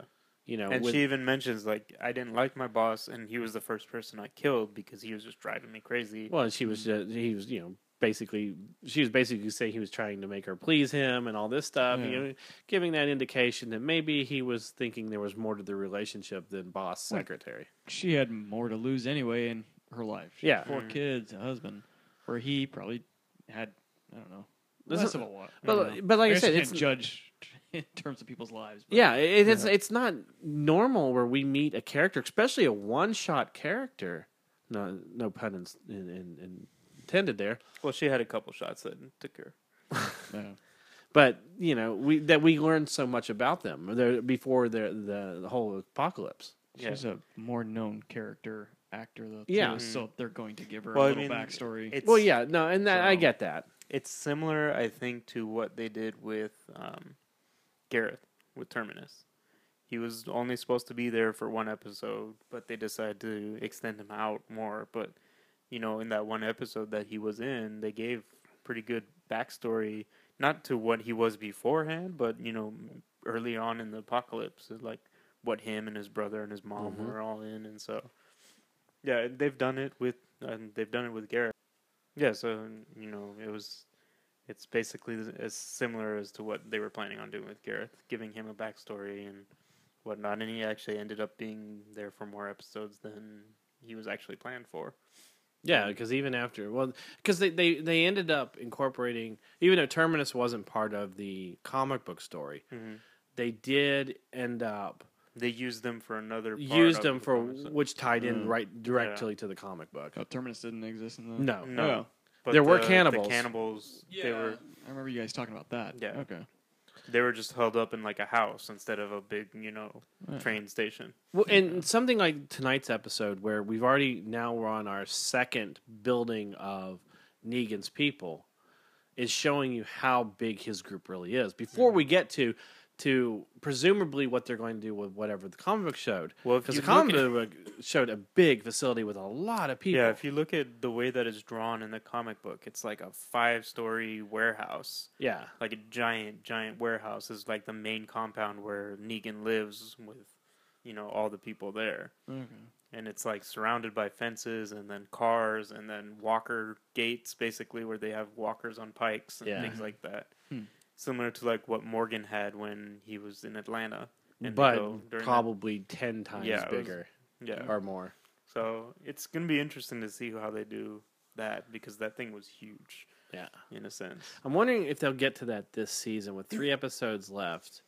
Speaker 1: you know
Speaker 6: And
Speaker 1: with-
Speaker 6: she even mentions like, I didn't like my boss, and he was the first person I killed because he was just driving me crazy.
Speaker 7: Mm.
Speaker 1: well she was uh, he was you know basically she was basically saying he was trying to make her please him and all this stuff, you
Speaker 7: Yeah.
Speaker 1: know, giving that indication that maybe he was thinking there was more to the relationship than boss
Speaker 7: Right.
Speaker 1: secretary.
Speaker 7: she had more to lose anyway in her life. She
Speaker 1: Yeah. Mm.
Speaker 7: had four kids, a husband, where he probably had I don't know
Speaker 1: This
Speaker 7: less
Speaker 1: is-
Speaker 7: of a lot. I don't know.
Speaker 1: But but like I,
Speaker 7: guess
Speaker 1: said,
Speaker 7: you
Speaker 1: it's
Speaker 7: can't judge in terms of people's lives. but-
Speaker 1: yeah, it, it's it's not normal where we meet a character, especially a one shot character. No, no pun in, in, in, intended there.
Speaker 6: Well, she had a couple shots that took her.
Speaker 7: yeah.
Speaker 1: but you know we that we learned so much about them uh, there- before the, the the whole apocalypse.
Speaker 7: she's a more known character actor though. too,
Speaker 1: Yeah. Mm-hmm.
Speaker 7: so they're going to give her
Speaker 6: Well,
Speaker 7: a
Speaker 6: I
Speaker 7: little
Speaker 6: mean,
Speaker 7: backstory.
Speaker 6: It's,
Speaker 1: Well, yeah, no, and that, I
Speaker 6: So-
Speaker 1: get that.
Speaker 6: it's similar, I think, to what they did with um, Gareth with Terminus. He was only supposed to be there for one episode, but they decided to extend him out more. But you know, in that one episode that he was in, they gave pretty good backstory, not to what he was beforehand, but you know, early on in the apocalypse, like what him and his brother and his mom were all in, and so yeah, they've done it with um, they've done it with Gareth. Yeah, so you know, it was it's basically as similar as to what they were planning on doing with Gareth, giving him a backstory and whatnot, and he actually ended up being there for more episodes than he was actually planned for.
Speaker 1: Yeah, because even after well, because they, they they ended up incorporating even though Terminus wasn't part of the comic book story, they did end up
Speaker 6: They used them for another. part
Speaker 1: used
Speaker 6: of
Speaker 1: them
Speaker 6: the
Speaker 1: for
Speaker 6: bonus-
Speaker 1: which tied in
Speaker 7: Mm.
Speaker 1: right directly to the comic book.
Speaker 7: oh, Terminus didn't exist in the
Speaker 1: No,
Speaker 6: no.
Speaker 7: Oh.
Speaker 6: but
Speaker 1: There were
Speaker 6: the-
Speaker 1: cannibals.
Speaker 6: The cannibals. They were
Speaker 7: I remember you guys talking about that.
Speaker 6: Yeah.
Speaker 7: Okay.
Speaker 6: they were just held up in like a house instead of a big you know train station.
Speaker 1: Well, and something like tonight's episode, where we've already now we're on our second building of Negan's people, is showing you how big his group really is. Before
Speaker 6: Mm-hmm.
Speaker 1: we get to to presumably what they're going to do with whatever the comic book showed,
Speaker 6: Well, if
Speaker 1: because
Speaker 6: you
Speaker 1: the
Speaker 6: look
Speaker 1: comic book showed a big facility with a lot of people.
Speaker 6: Yeah, if you look at the way that it's drawn in the comic book, it's like a five-story warehouse.
Speaker 1: yeah.
Speaker 6: like a giant, giant warehouse is like the main compound where Negan lives with, you know, all the people there.
Speaker 7: Okay.
Speaker 6: And it's like surrounded by fences and then cars and then walker gates, basically, where they have walkers on pikes and
Speaker 1: Yeah. Hmm.
Speaker 6: things like that. Similar to like what Morgan had when he was in Atlanta. And they go
Speaker 1: but
Speaker 6: during that-
Speaker 1: probably ten times
Speaker 6: Yeah, it was-
Speaker 1: bigger
Speaker 6: yeah.
Speaker 1: or more.
Speaker 6: So it's going to be interesting to see how they do that because that thing was huge
Speaker 1: Yeah,
Speaker 6: in a sense.
Speaker 1: I'm wondering if they'll get to that this season with three episodes left.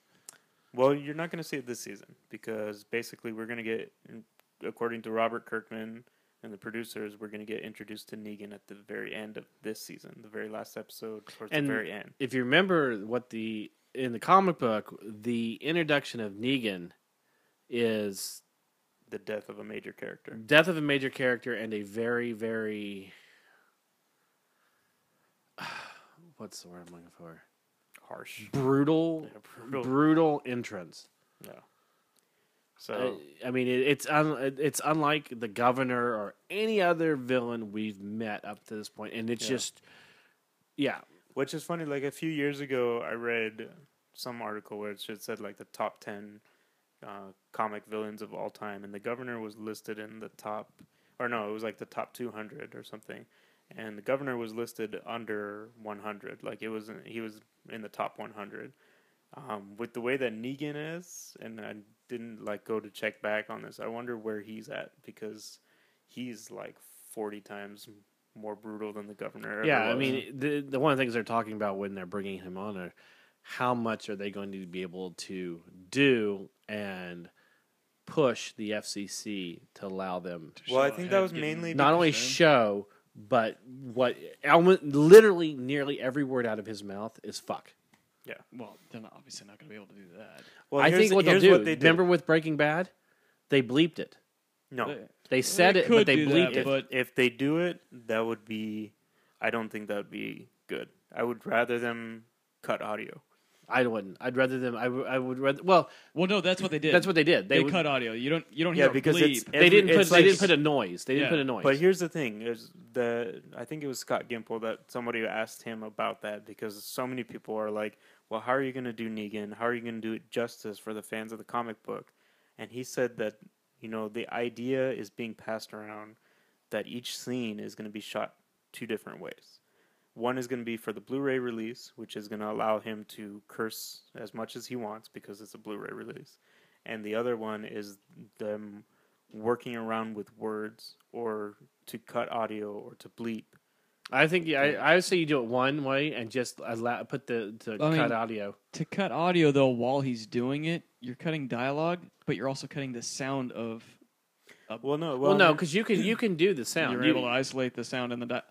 Speaker 6: Well, you're not going to see it this season because basically we're going to get, according to Robert Kirkman and the producers, we're going to get introduced to Negan at the very end of this season, the very last episode towards
Speaker 1: And-
Speaker 6: the very end.
Speaker 1: if you remember what the in the comic book, the introduction of Negan is
Speaker 6: The death of a major character.
Speaker 1: death of a major character and a very very what's the word I'm looking for?
Speaker 6: Harsh.
Speaker 1: Brutal,
Speaker 6: Yeah,
Speaker 1: brutal,
Speaker 6: brutal.
Speaker 1: entrance.
Speaker 6: Yeah. So
Speaker 1: I, I mean, it, it's un, it's unlike the governor or any other villain we've met up to this point, and it's
Speaker 6: Yeah.
Speaker 1: just yeah,
Speaker 6: Which is funny. Like a few years ago, I read some article where it should said like the top ten uh, comic villains of all time, and the Governor was listed in the top, or no, it was like the top two hundred or something, and the Governor was listed under one hundred. Like it was, he was in the top one hundred. Um, with the way that Negan is, and I didn't like go to check back on this. I wonder where he's at because he's like forty times more brutal than the governor. ever
Speaker 1: Yeah, I
Speaker 6: was.
Speaker 1: mean, the the one of the things they're talking about when they're bringing him on are how much are they going to be able to do and push the FCC to allow them to
Speaker 6: Well, I
Speaker 7: Show
Speaker 6: think
Speaker 7: a
Speaker 6: that
Speaker 7: head
Speaker 6: was
Speaker 7: getting-
Speaker 6: mainly
Speaker 1: not only show but what almo- literally nearly every word out of his mouth is fuck.
Speaker 7: Well, they're not, obviously not going to be able to do that.
Speaker 6: Well,
Speaker 1: I
Speaker 6: here's-
Speaker 1: think what they'll do.
Speaker 6: here's they did.
Speaker 1: remember with Breaking Bad, they bleeped it. Oh.
Speaker 6: no,
Speaker 7: They-
Speaker 1: They said
Speaker 7: they
Speaker 1: it, but
Speaker 7: could
Speaker 1: they
Speaker 7: do
Speaker 1: bleeped
Speaker 7: that,
Speaker 1: it.
Speaker 7: but-
Speaker 6: if they do it, that would be. I don't think that would be good. I would rather them cut audio.
Speaker 1: I wouldn't. I'd rather them. I, w- I would rather. Well,
Speaker 7: Well, no, that's what they did.
Speaker 1: that's what they did. They,
Speaker 7: they,
Speaker 1: would-
Speaker 7: cut audio. You don't you don't
Speaker 6: Yeah,
Speaker 7: hear a
Speaker 6: because it's
Speaker 7: bleep.
Speaker 1: They didn't
Speaker 6: Every-
Speaker 1: put.
Speaker 6: it's
Speaker 1: they
Speaker 6: like-
Speaker 1: didn't put a noise. They didn't
Speaker 7: Yeah,
Speaker 1: put a noise.
Speaker 6: But here's the thing: is the I think it was Scott Gimple that somebody asked him about that because so many people are like, "Well, how are you going to do Negan? How are you going to do it justice for the fans of the comic book?" And he said that you know the idea is being passed around that each scene is going to be shot two different ways. One is going to be for the Blu-ray release, which is going to allow him to curse as much as he wants because it's a Blu-ray release, and the other one is them working around with words or to cut audio or to bleep.
Speaker 1: I think yeah, I, I would say you do it one way and just allow, put the to
Speaker 7: I mean-
Speaker 1: cut audio.
Speaker 7: To cut audio though while he's doing it, you're cutting dialogue, but you're also cutting the sound of.
Speaker 6: Well, no, well,
Speaker 1: Well, no, because you can you can do the sound.
Speaker 7: You're
Speaker 1: You-
Speaker 7: able to isolate the sound and the. Di-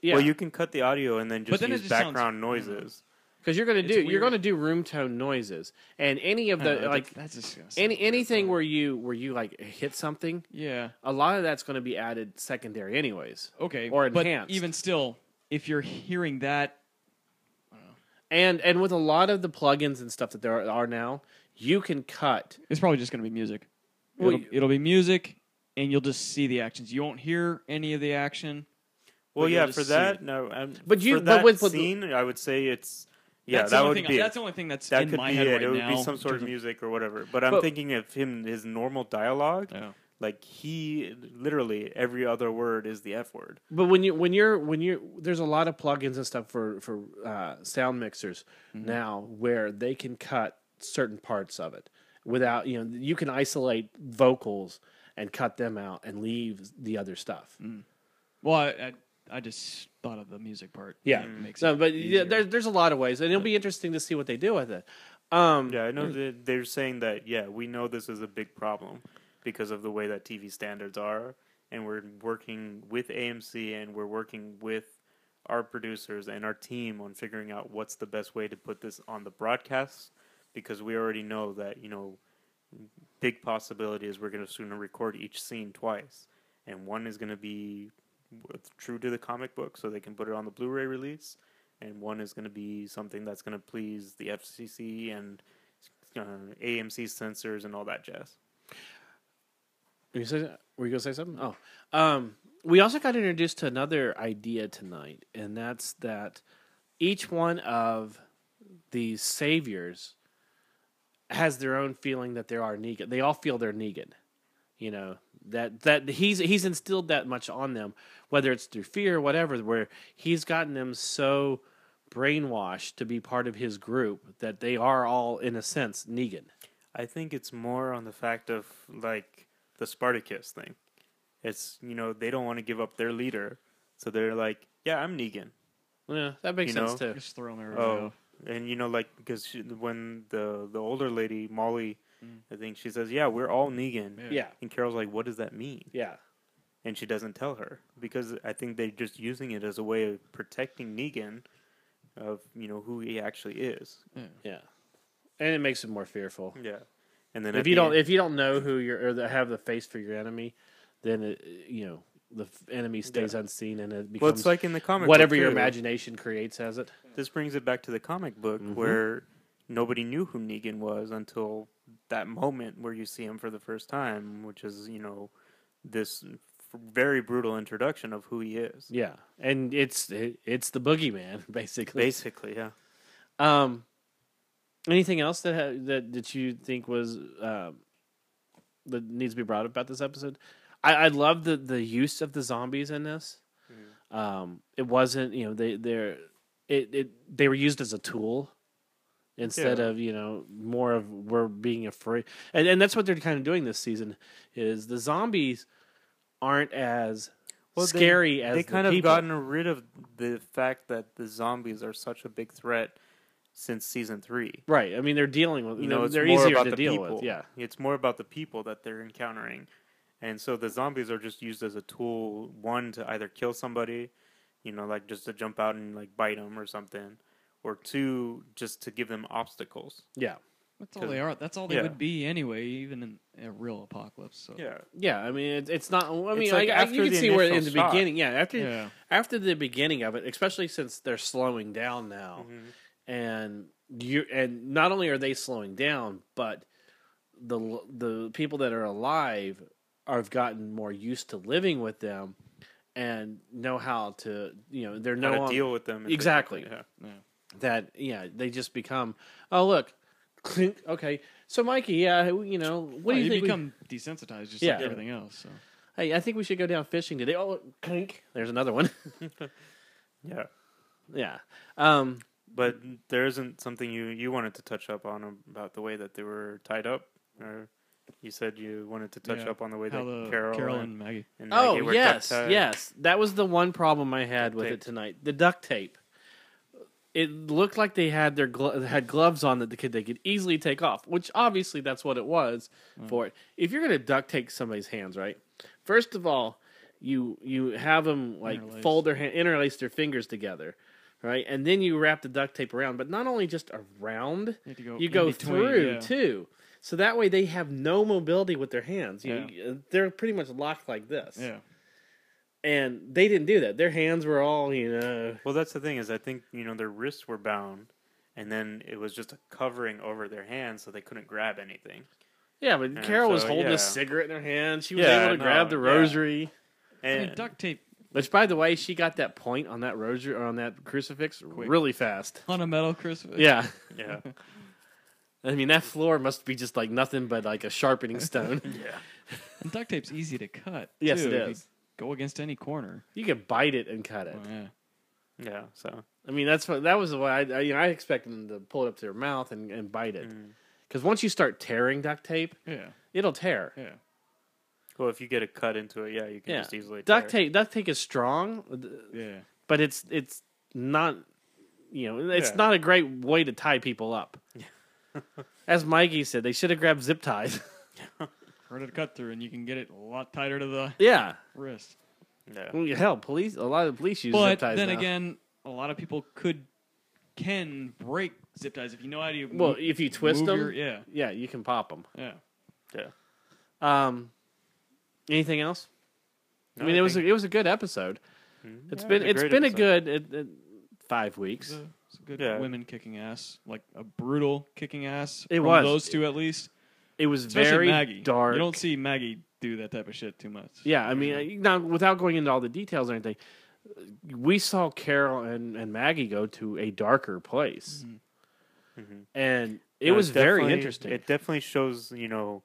Speaker 1: yeah,
Speaker 6: Well, you can cut the audio and then just
Speaker 7: then it
Speaker 6: use
Speaker 7: just sounds- mm-hmm.
Speaker 6: background noises.
Speaker 1: because you're gonna do you're
Speaker 7: weird.
Speaker 1: gonna do room tone noises and any of the
Speaker 7: Uh,
Speaker 1: like
Speaker 7: that's disgusting.
Speaker 1: any anything where you where you like hit something.
Speaker 7: yeah.
Speaker 1: A lot of that's gonna be added secondary, anyways.
Speaker 7: Okay.
Speaker 1: Or
Speaker 7: But
Speaker 1: enhanced.
Speaker 7: even still, if you're hearing that,
Speaker 1: And and with a lot of the plugins and stuff that there are now, you can cut
Speaker 7: it's probably just going to be music.
Speaker 1: Well,
Speaker 7: it'll,
Speaker 1: you-
Speaker 7: it'll be music, and you'll just see the actions. You won't hear any of the action.
Speaker 6: Well,
Speaker 7: But you'll
Speaker 6: yeah,
Speaker 7: just
Speaker 6: for
Speaker 7: see
Speaker 6: that,
Speaker 7: it.
Speaker 6: no, um,
Speaker 1: But you-
Speaker 6: for
Speaker 1: but
Speaker 6: that
Speaker 1: with- with-
Speaker 6: scene, I would say it's yeah,
Speaker 7: that's the
Speaker 6: that
Speaker 7: only
Speaker 6: would
Speaker 7: thing,
Speaker 6: be
Speaker 7: that's
Speaker 6: it.
Speaker 7: the only thing that's
Speaker 6: that
Speaker 7: in
Speaker 6: could
Speaker 7: my
Speaker 6: be
Speaker 7: head
Speaker 6: it.
Speaker 7: right
Speaker 6: it would
Speaker 7: now.
Speaker 6: be some sort of music or whatever. But I'm
Speaker 1: But-
Speaker 6: thinking of him, his normal dialogue.
Speaker 7: Yeah.
Speaker 6: Like he literally every other word is the f word.
Speaker 1: But when you when you're when you're there's a lot of plugins and stuff for for uh, sound mixers now where they can cut certain parts of it without you know you can isolate vocals and cut them out and leave the other stuff.
Speaker 7: Well, I, I, I just thought of the music part.
Speaker 1: Yeah,
Speaker 7: It makes
Speaker 1: no,
Speaker 7: it
Speaker 1: but yeah,
Speaker 7: easier.
Speaker 1: there's there's a lot of ways, and it'll be interesting to see what they do with it. Um,
Speaker 6: Yeah, I know that they're saying that. Yeah, we know this is a big problem because of the way that TV standards are, and we're working with AMC and we're working with our producers and our team on figuring out what's the best way to put this on the broadcast because we already know that you know big possibility is we're going to soon record each scene twice, and one is going to be with- true to the comic book, so they can put it on the Blu-ray release, and one is going to be something that's going to please the FCC and uh, AMC censors and all that jazz.
Speaker 1: You said, were you gonna say something? Oh, um, we also got introduced to another idea tonight, and that's that each one of these saviors has their own feeling that they are Negan. They all feel they're Negan. You know that that he's he's instilled that much on them, whether it's through fear or whatever. Where he's gotten them so brainwashed to be part of his group that they are all, in a sense, Negan.
Speaker 6: I think it's more on the fact of like the Spartacus thing. It's you know they don't want to give up their leader, so they're like, yeah, I'm Negan.
Speaker 1: Yeah, that makes
Speaker 6: You
Speaker 1: sense
Speaker 6: know,
Speaker 1: too.
Speaker 7: just throw them everywhere.
Speaker 6: Oh, and you know, like because she, when the the older lady Molly, I think she says, "Yeah, we're all Negan."
Speaker 1: Yeah,
Speaker 6: And Carol's like, "What does that mean?"
Speaker 1: yeah.
Speaker 6: And she doesn't tell her because I think they're just using it as a way of protecting Negan, of you know who he actually is.
Speaker 1: Yeah, and it makes it more fearful.
Speaker 6: Yeah. And then
Speaker 1: If
Speaker 6: at
Speaker 1: you
Speaker 6: the
Speaker 1: don't,
Speaker 6: end-
Speaker 1: if you don't know who you're or the- have the face for your enemy, then it, you know the f- enemy stays unseen and it becomes
Speaker 6: well, it's like in the comic. book,
Speaker 1: whatever your
Speaker 6: too.
Speaker 1: imagination creates as it.
Speaker 6: This brings it back to the comic book where nobody knew who Negan was until that moment where you see him for the first time, which is you know this f- very brutal introduction of who he is.
Speaker 1: Yeah, and it's it, it's the boogeyman basically.
Speaker 6: Basically, yeah.
Speaker 1: Um, anything else that ha- that that you think was um that needs to be brought up about this episode? I, I love the the use of the zombies in this.
Speaker 6: Mm-hmm.
Speaker 1: Um, it wasn't you know they they're it, it they were used as a tool instead
Speaker 6: Yeah.
Speaker 1: of you know more of we're being afraid and and that's what they're kind of doing this season is the zombies aren't as
Speaker 6: they-
Speaker 1: scary as
Speaker 6: they
Speaker 1: the
Speaker 6: kind of
Speaker 1: people.
Speaker 6: gotten rid of the fact that the zombies are such a big threat since season three.
Speaker 1: right. I mean they're dealing with
Speaker 6: You know, it's
Speaker 1: they're
Speaker 6: more
Speaker 1: easier
Speaker 6: about
Speaker 1: to
Speaker 6: the
Speaker 1: deal
Speaker 6: people.
Speaker 1: with. Yeah,
Speaker 6: it's more about the people that they're encountering, and so the zombies are just used as a tool. One to either kill somebody, you know, like just to jump out and like bite them or something, or two just to give them obstacles.
Speaker 1: yeah.
Speaker 7: that's all they are. That's all they
Speaker 6: yeah.
Speaker 7: would be anyway, even in a real apocalypse. So.
Speaker 6: Yeah,
Speaker 1: Yeah, I mean it's it's not. I mean,
Speaker 6: like
Speaker 1: I, I-
Speaker 6: after
Speaker 1: you can
Speaker 6: the
Speaker 1: see where in the
Speaker 6: initial shot.
Speaker 1: beginning, yeah, after
Speaker 7: Yeah.
Speaker 1: after the beginning of it, especially since they're slowing down now,
Speaker 6: Mm-hmm.
Speaker 1: and you and not only are they slowing down, but the the people that are alive have gotten more used to living with them and know how to you know they're no
Speaker 6: how to
Speaker 1: longer
Speaker 6: deal with them and things like
Speaker 1: Exactly.
Speaker 6: that, yeah.
Speaker 1: that yeah they just become oh look clink, okay so Mikey yeah you know what
Speaker 7: Well,
Speaker 1: do you,
Speaker 7: you
Speaker 1: think we-
Speaker 7: become desensitized just
Speaker 1: Yeah.
Speaker 7: like everything else. So.
Speaker 1: Hey, I think we should go down fishing today. Oh, clink. There's another one.
Speaker 6: Yeah.
Speaker 1: yeah. Um,
Speaker 6: But there isn't something you you wanted to touch up on about the way that they were tied up, or you said you wanted to touch
Speaker 7: Yeah,
Speaker 6: up on the way
Speaker 7: How
Speaker 6: that
Speaker 7: the
Speaker 6: Carol,
Speaker 7: Carol
Speaker 6: and,
Speaker 7: and Maggie.
Speaker 6: and Maggie
Speaker 1: oh
Speaker 6: were
Speaker 1: yes,
Speaker 6: duct-tied.
Speaker 1: yes. That was the one problem I had with it
Speaker 6: tape.
Speaker 1: tonight. The duct tape. It looked like they had their glo- had gloves on that the kid they could easily take off, which obviously that's what it was for it. If you're gonna duct tape somebody's hands, right? First of all, you you have them like
Speaker 7: Interlace.
Speaker 1: fold their hand, interlace their fingers together, right? And then you wrap the duct tape around, but not only just around,
Speaker 7: You have to go
Speaker 1: you
Speaker 7: in
Speaker 1: go
Speaker 7: between,
Speaker 1: through
Speaker 7: yeah.
Speaker 1: too. So that way they have no mobility with their hands. You, uh,
Speaker 7: Yeah.
Speaker 1: They're pretty much locked like this
Speaker 7: Yeah.
Speaker 1: and they didn't do that. Their hands were all, you know,
Speaker 6: Well, that's the thing is, I think you know their wrists were bound, and then it was just a covering over their hands, so they couldn't grab anything.
Speaker 1: yeah. But
Speaker 6: And
Speaker 1: Carol was
Speaker 6: so,
Speaker 1: holding
Speaker 6: yeah.
Speaker 1: a cigarette in her hand. She was
Speaker 6: Yeah,
Speaker 1: able to
Speaker 6: no,
Speaker 1: grab the
Speaker 6: yeah.
Speaker 1: rosary,
Speaker 7: I
Speaker 6: And
Speaker 7: mean, duct tape
Speaker 1: which, by the way, she got that point on that rosary or on that crucifix really fast.
Speaker 7: on a metal Christmas.
Speaker 1: Yeah,
Speaker 6: yeah,
Speaker 1: I mean that floor must be just like nothing but like a sharpening stone.
Speaker 7: And duct tape's easy to cut.
Speaker 1: Yes,
Speaker 7: too,
Speaker 1: it
Speaker 7: if you
Speaker 1: is.
Speaker 7: Go against any corner.
Speaker 1: you could bite it and cut it.
Speaker 7: Oh, yeah.
Speaker 6: yeah. So
Speaker 1: I mean that's what that was the way I, I, you know, I expected them to pull it up to their mouth and, and bite it because once you start tearing duct tape,
Speaker 7: Yeah.
Speaker 1: it'll tear.
Speaker 7: Yeah.
Speaker 6: well, if you get a cut into it, yeah, you can
Speaker 1: Yeah,
Speaker 6: just easily
Speaker 1: duct
Speaker 6: tear it.
Speaker 1: tape duct tape is strong.
Speaker 7: Yeah.
Speaker 1: but it's it's not you know it's
Speaker 6: Yeah.
Speaker 1: not a great way to tie people up. As Mikey said, they should have grabbed zip ties.
Speaker 7: Harder to cut through, and you can get it a lot tighter to the
Speaker 1: yeah,
Speaker 7: wrist.
Speaker 6: Yeah,
Speaker 1: Well, hell, police. A lot of police use zip
Speaker 7: But
Speaker 1: ties.
Speaker 7: then
Speaker 1: now.
Speaker 7: again, a lot of people could can break zip ties if you know how to.
Speaker 1: well,
Speaker 7: move-
Speaker 1: if you twist
Speaker 7: move
Speaker 1: them,
Speaker 7: your- yeah,
Speaker 1: yeah, you can pop them.
Speaker 7: yeah.
Speaker 6: yeah.
Speaker 1: Um, anything else? I
Speaker 6: No,
Speaker 1: mean,
Speaker 6: I
Speaker 1: it was a,
Speaker 6: think- Mm-hmm.
Speaker 1: it was a good episode. It's
Speaker 6: Yeah,
Speaker 1: been
Speaker 6: it was
Speaker 1: it's
Speaker 6: a great
Speaker 1: been a
Speaker 6: episode.
Speaker 1: good it, it, five weeks.
Speaker 7: It's a, it's a good
Speaker 6: Yeah.
Speaker 7: women kicking ass, like a brutal kicking ass.
Speaker 1: It
Speaker 7: from
Speaker 1: was.
Speaker 7: those two at least.
Speaker 1: It was
Speaker 7: Especially
Speaker 1: very
Speaker 7: Maggie.
Speaker 1: dark.
Speaker 7: You don't see Maggie do that type of shit too much.
Speaker 1: Yeah, I mean, uh, now without going into all the details or anything, we saw Carol and, and Maggie go to a darker place, and it
Speaker 6: No,
Speaker 1: was very
Speaker 6: Mm-hmm. definitely-
Speaker 1: interesting.
Speaker 6: It definitely shows, you know,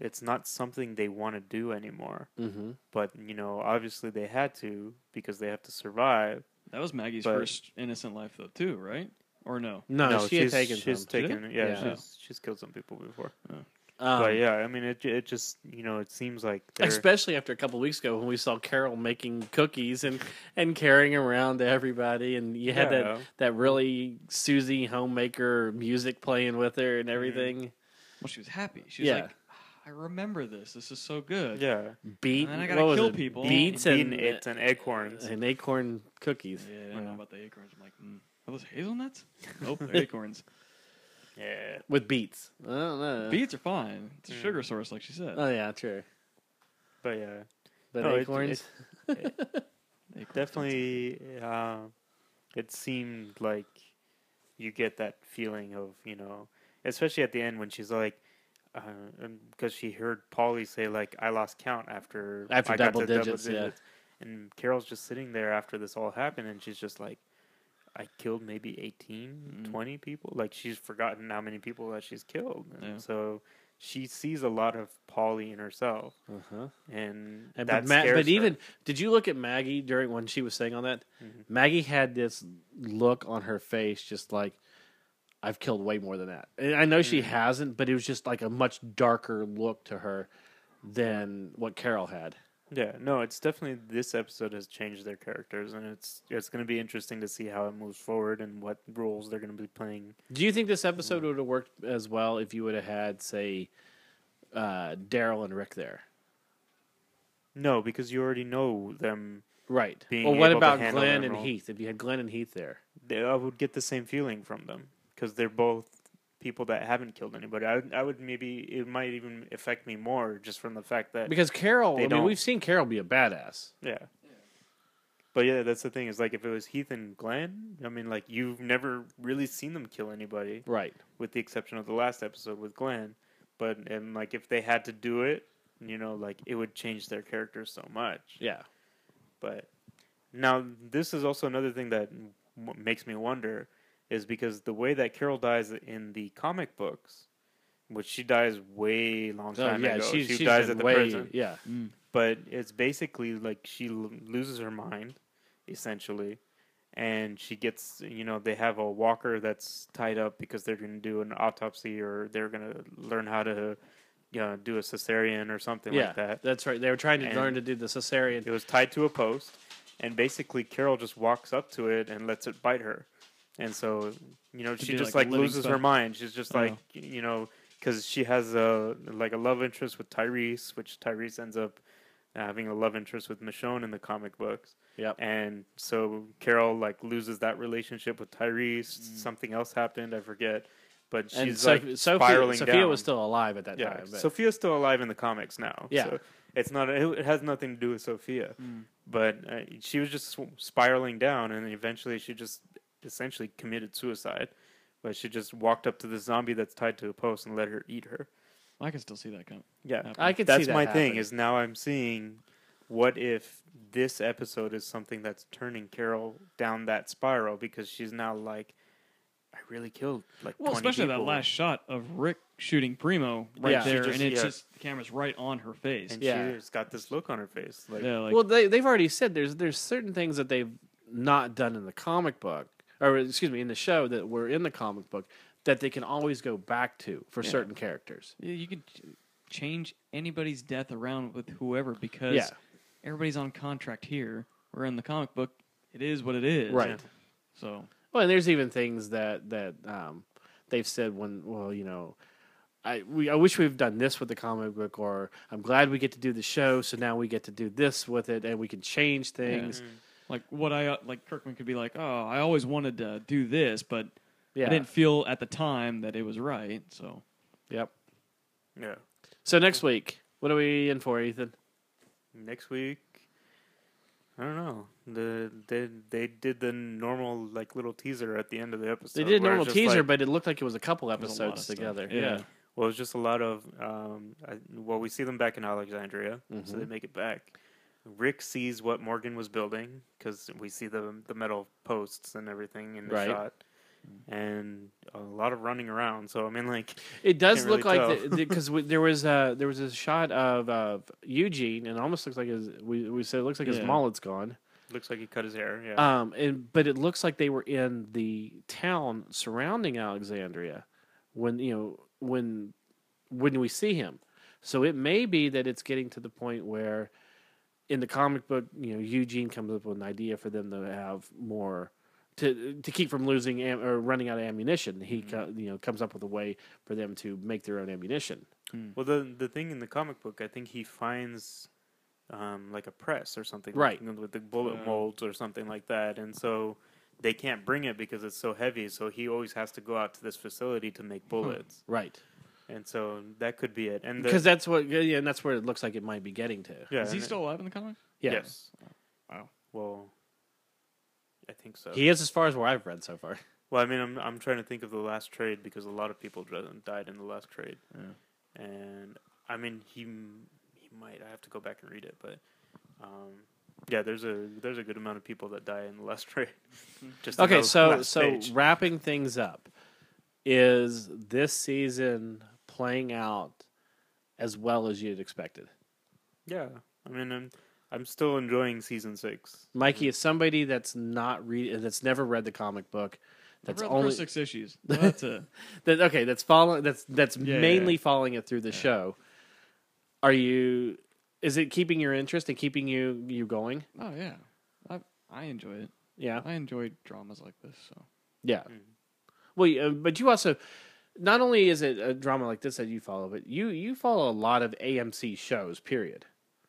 Speaker 6: it's not something they want to do anymore.
Speaker 1: mm-hmm.
Speaker 6: But you know, obviously they had to because they have to survive.
Speaker 7: That was Maggie's
Speaker 6: But-
Speaker 7: first innocent life though, too, right? Or no?
Speaker 1: No, she had
Speaker 6: she's
Speaker 1: taken
Speaker 6: she's
Speaker 1: some.
Speaker 6: taken yeah,
Speaker 1: Yeah.
Speaker 6: she's she's killed some people before.
Speaker 1: Um,
Speaker 6: but yeah, I mean, it it just you know, it seems like they're-
Speaker 1: especially after a couple weeks ago when we saw Carol making cookies and and carrying around to everybody, and you had that
Speaker 6: Yeah.
Speaker 1: that really Susie homemaker music playing with her and everything.
Speaker 7: Well, she was happy. She was
Speaker 1: Yeah.
Speaker 7: like, "Ah, I remember this. This is so good.
Speaker 6: yeah,
Speaker 1: Beat
Speaker 7: And I gotta
Speaker 1: what was
Speaker 7: kill
Speaker 1: it?
Speaker 7: people.
Speaker 1: Beets
Speaker 6: beaten
Speaker 1: and, uh,
Speaker 6: it's an acorns.
Speaker 1: and acorn cookies.
Speaker 7: Yeah, I don't know about the acorns. I'm like, mm, are those hazelnuts? nope, they're acorns.
Speaker 6: Yeah,
Speaker 1: with beets. I don't know.
Speaker 7: Beets are fine. It's a sugar source, like she said.
Speaker 1: Oh yeah, true.
Speaker 6: but yeah,
Speaker 1: But
Speaker 6: No, it-
Speaker 1: acorns.
Speaker 7: Acorns.
Speaker 6: definitely. Uh, it seemed like you get that feeling of you know, especially at the end when she's like. Because she heard Polly say like I lost count after
Speaker 1: After
Speaker 6: I
Speaker 1: double digits, yeah.
Speaker 6: and Carol's just sitting there after this all happened, and she's just like, I killed maybe 18,
Speaker 1: Mm-hmm.
Speaker 6: 20 people. Like, she's forgotten how many people that she's killed. And
Speaker 7: Yeah.
Speaker 6: so she sees a lot of Polly in herself.
Speaker 1: Uh-huh.
Speaker 6: And,
Speaker 1: And
Speaker 6: that
Speaker 1: but, Ma-
Speaker 6: scares
Speaker 1: but
Speaker 6: her. Mm-hmm.
Speaker 1: even did you look at Maggie during when she was saying all that? Maggie had this look on her face, just like I've killed way more than that. And I know she
Speaker 6: Mm.
Speaker 1: hasn't, but it was just like a much darker look to her than what Carol had.
Speaker 6: Yeah, no, it's definitely this episode has changed their characters, and it's it's going to be interesting to see how it moves forward and what roles they're going to be playing.
Speaker 1: Do you think this
Speaker 6: Mm.
Speaker 1: episode would have worked as well if you would have had, say, uh, Daryl and Rick there?
Speaker 6: No, because you already know them.
Speaker 1: Right.
Speaker 6: Being
Speaker 1: well, what
Speaker 6: able to
Speaker 1: about
Speaker 6: handle
Speaker 1: Glenn
Speaker 6: that
Speaker 1: and
Speaker 6: role.
Speaker 1: Heath? If you had Glenn and Heath there,
Speaker 6: They, I would get the same feeling from them because they're both people that haven't killed anybody. I would- I would maybe it might even affect me more just from the fact that
Speaker 1: because Carol, I
Speaker 6: They
Speaker 1: mean,
Speaker 6: don't.
Speaker 1: we've seen Carol be a badass.
Speaker 6: yeah. But yeah, that's the thing. Is like if it was Heath and Glenn, I mean, like you've never really seen them kill anybody.
Speaker 1: Right.
Speaker 6: with the exception of the last episode with Glenn. But and like if they had to do it, you know, like it would change their characters so much.
Speaker 1: Yeah.
Speaker 6: But now this is also another thing that w- makes me wonder is because the way that Carol dies in the comic books, which she dies way long
Speaker 1: Oh,
Speaker 6: time
Speaker 1: yeah,
Speaker 6: ago,
Speaker 1: she's,
Speaker 6: she
Speaker 1: she's
Speaker 6: dies
Speaker 1: been
Speaker 6: at the
Speaker 1: way,
Speaker 6: prison.
Speaker 1: Yeah,
Speaker 6: But it's basically like she l- loses her mind, essentially, and she gets you know they have a walker that's tied up because they're going to do an autopsy or they're going to learn how to you know, do a cesarean or something
Speaker 1: yeah,
Speaker 6: like that.
Speaker 1: that's right. They were trying to
Speaker 6: And-
Speaker 1: learn to do the cesarean.
Speaker 6: It was tied to a post, and basically Carol just walks up to it and lets it bite her. And so, you know, she
Speaker 7: be
Speaker 6: just
Speaker 7: like
Speaker 6: like,
Speaker 7: a living
Speaker 6: loses her
Speaker 7: spell.
Speaker 6: mind. She's just
Speaker 7: Oh.
Speaker 6: like, you know, because she has a like a love interest with Tyrese, which Tyrese ends up having a love interest with Michonne in the comic books.
Speaker 1: Yep.
Speaker 6: And so Carol like loses that relationship with Tyrese. Something else happened, I forget. But she's
Speaker 1: Mm. and
Speaker 6: like
Speaker 1: Sophia,
Speaker 6: spiraling
Speaker 1: Sophia, Sophia
Speaker 6: down.
Speaker 1: was still alive at that
Speaker 6: Yeah,
Speaker 1: time. but-
Speaker 6: Sophia's still alive in the comics now.
Speaker 1: Yeah. Mm.
Speaker 6: so it's not. It it has nothing to do with Sophia, but uh, she was just sw- spiraling down, and eventually she just essentially committed suicide. But she just walked up to the zombie that's tied to a post and let her eat her.
Speaker 7: I can still see that coming.
Speaker 6: Yeah,
Speaker 1: I could see
Speaker 6: That's
Speaker 1: that
Speaker 6: my
Speaker 1: happen.
Speaker 6: thing. Is now I'm seeing what if this episode is something that's turning Carol down that spiral because she's now like, I really killed like
Speaker 7: Well,
Speaker 6: 20
Speaker 7: especially that
Speaker 6: people."
Speaker 7: last shot of Rick shooting Primo right
Speaker 1: Yeah. She
Speaker 7: there,
Speaker 6: just-
Speaker 7: and it's
Speaker 6: yeah.
Speaker 7: just the camera's right on her face.
Speaker 6: and
Speaker 1: Yeah.
Speaker 6: she's got this look on her face. Like,
Speaker 7: yeah, like,
Speaker 1: well, they they've already said there's there's certain things that they've not done in the comic book, or excuse me, in the show that were in the comic book that they can always go back to for certain characters.
Speaker 7: Yeah, you could ch- change anybody's death around with whoever because
Speaker 1: Yeah.
Speaker 7: everybody's on contract here. We're in the comic book. It is what it is.
Speaker 1: Right.
Speaker 7: So
Speaker 1: Well, and there's even things that that um, they've said when well, you know, I we I wish we've done this with the comic book, or I'm glad we get to do the show, so now we get to do this with it, and we can change things.
Speaker 7: like what I uh, like Kirkman could be like, oh, I always wanted to do this, but
Speaker 1: Yeah.
Speaker 7: I didn't feel at the time that it was right. So
Speaker 1: Yep.
Speaker 6: yeah.
Speaker 1: So next week, what are we in for, Ethan?
Speaker 6: next week i don't know the they they did the normal like little teaser at the end of the
Speaker 1: They
Speaker 6: episode
Speaker 1: did a
Speaker 6: where it
Speaker 1: normal
Speaker 6: was just
Speaker 1: teaser,
Speaker 6: like-
Speaker 1: but it looked like it was a couple
Speaker 7: was a lot of
Speaker 1: episodes
Speaker 7: stuff.
Speaker 1: together.
Speaker 7: Yeah.
Speaker 1: yeah.
Speaker 6: well it's just a lot of um I, well we see them back in alexandria so
Speaker 1: Mm-hmm.
Speaker 6: they make it back rick sees what morgan was building because we see the the metal posts and everything in the
Speaker 1: Right.
Speaker 6: shot and a lot of running around so i mean like
Speaker 1: It does
Speaker 6: Can't
Speaker 1: look
Speaker 6: really
Speaker 1: like
Speaker 6: tell.
Speaker 1: because the, there was a there was a shot of uh, Eugene, and it almost looks like his we, we said it looks like his
Speaker 7: Yeah.
Speaker 1: mullet's gone.
Speaker 6: looks like he cut his hair yeah
Speaker 1: Um, and but it looks like they were in the town surrounding Alexandria when you know when when we see him. So it may be that it's getting to the point where in the comic book, you know, Eugene comes up with an idea for them to have more to to keep from losing am, or running out of ammunition. He co- you know comes up with a way for them to make their own ammunition.
Speaker 6: Well, the the thing in the comic book, I think he finds um, like a press or something,
Speaker 1: Right.
Speaker 6: With, with the bullet molds or something like that, and so they can't bring it because it's so heavy. So he always has to go out to this facility to
Speaker 1: Hmm.
Speaker 6: make bullets,
Speaker 1: Right.
Speaker 6: and so that could be it. And the,
Speaker 1: Because that's what yeah, and that's where it looks like it might be getting to.
Speaker 6: yeah,
Speaker 7: is he
Speaker 6: and it-
Speaker 7: still alive in the comics?
Speaker 1: Yeah.
Speaker 6: Yes.
Speaker 7: Wow.
Speaker 6: Well, I think so.
Speaker 1: He is as far as where I've read so far.
Speaker 6: Well, I mean, I'm I'm trying to think of the last trade because a lot of people dr- died in the last trade, and I mean he m- he might. I have to go back and read it, but um, yeah, there's a there's a good amount of people that die in the last trade. Just in
Speaker 1: Okay,
Speaker 6: the
Speaker 1: so
Speaker 6: last
Speaker 1: so
Speaker 6: page.
Speaker 1: wrapping things up, is this season playing out as well as you'd expected?
Speaker 6: yeah, I mean I'm I'm still enjoying season six.
Speaker 7: Mm-hmm.
Speaker 1: Mikey is somebody that's not read that's never read the comic book. That's
Speaker 7: I've read the
Speaker 1: only
Speaker 7: first six issues. That's a
Speaker 1: that, okay. That's following. That's that's
Speaker 7: Yeah, yeah,
Speaker 1: mainly
Speaker 7: yeah.
Speaker 1: following it through the show. Are you? Is it keeping your interest and keeping you you going?
Speaker 7: oh yeah, I I enjoy it.
Speaker 1: Yeah.
Speaker 7: I enjoy dramas like this. So
Speaker 1: Yeah.
Speaker 7: Mm-hmm.
Speaker 1: Well, you- uh, but you also not only is it a drama like this that you follow, but you you follow a lot of AMC shows. Period.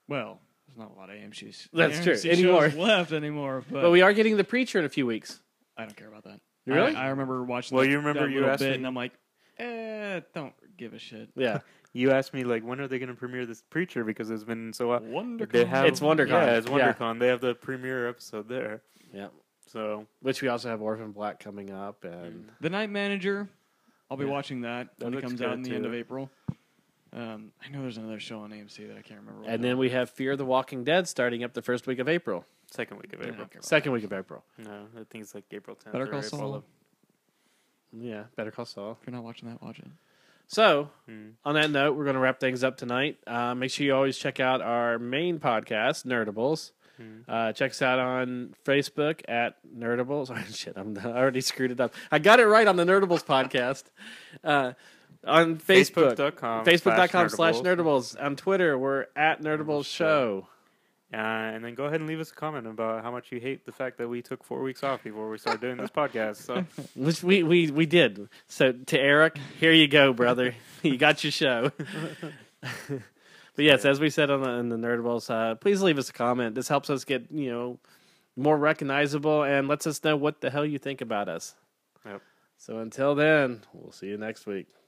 Speaker 7: well, there's not a lot of AMC's.
Speaker 1: That's true.
Speaker 7: AMC shows
Speaker 1: Anymore.
Speaker 7: left anymore, but,
Speaker 1: But we are getting the preacher in a few weeks.
Speaker 7: I don't care about that.
Speaker 1: Really?
Speaker 7: I, I remember watching.
Speaker 6: Well,
Speaker 7: that-
Speaker 6: you remember
Speaker 7: that
Speaker 6: you
Speaker 7: little
Speaker 6: asked
Speaker 7: bit,
Speaker 6: me-
Speaker 7: and I'm like, eh, don't give a shit.
Speaker 1: Yeah,
Speaker 6: You asked me like when are they going to premiere this preacher because it's been so long.
Speaker 7: WonderCon.
Speaker 6: They have
Speaker 1: It's WonderCon.
Speaker 6: Yeah, it's
Speaker 1: Yeah.
Speaker 6: WonderCon. They have the premiere episode there.
Speaker 1: yeah.
Speaker 6: So
Speaker 1: Which we also have Orphan Black coming up, and
Speaker 7: The Night Manager. I'll be watching that,
Speaker 6: That
Speaker 7: when it
Speaker 6: looks
Speaker 7: comes out
Speaker 6: good,
Speaker 7: in the end
Speaker 6: too.
Speaker 7: of April. Um, I know there's another show on AMC that I can't remember.
Speaker 1: and then we have Fear the Walking Dead starting up the first week of April,
Speaker 6: second week of April.
Speaker 1: second week of April.
Speaker 6: No, I think it's like April 10th.
Speaker 7: Better
Speaker 6: or
Speaker 7: Call
Speaker 6: April
Speaker 7: Saul.
Speaker 6: 11th.
Speaker 1: Yeah, Better Call Saul.
Speaker 7: If you're not watching that, watch it.
Speaker 1: So,
Speaker 6: Mm.
Speaker 1: on that note, we're going to wrap things up tonight. Uh, make sure you always check out our main podcast, Nerdables. Uh, check us out on Facebook at Nerdables. Oh, shit, I'm I already screwed it up. I got it right on the Nerdables podcast. Uh, on Facebook,
Speaker 6: Facebook.com
Speaker 1: Facebook.com Um, slash
Speaker 6: slash
Speaker 1: Nerdables. On Twitter, we're at Nerdables Show.
Speaker 6: Uh, and then go ahead and leave us a comment about how much you hate the fact that we took four weeks off before we started doing this podcast. So
Speaker 1: Which we, we, we did. So to Eric, here you go, brother. you got your show. but yes, as we said on the, on the Nerdables, uh, please leave us a comment. This helps us get you know more recognizable and lets us know what the hell you think about us.
Speaker 6: Yep.
Speaker 1: So until then, we'll see you next week.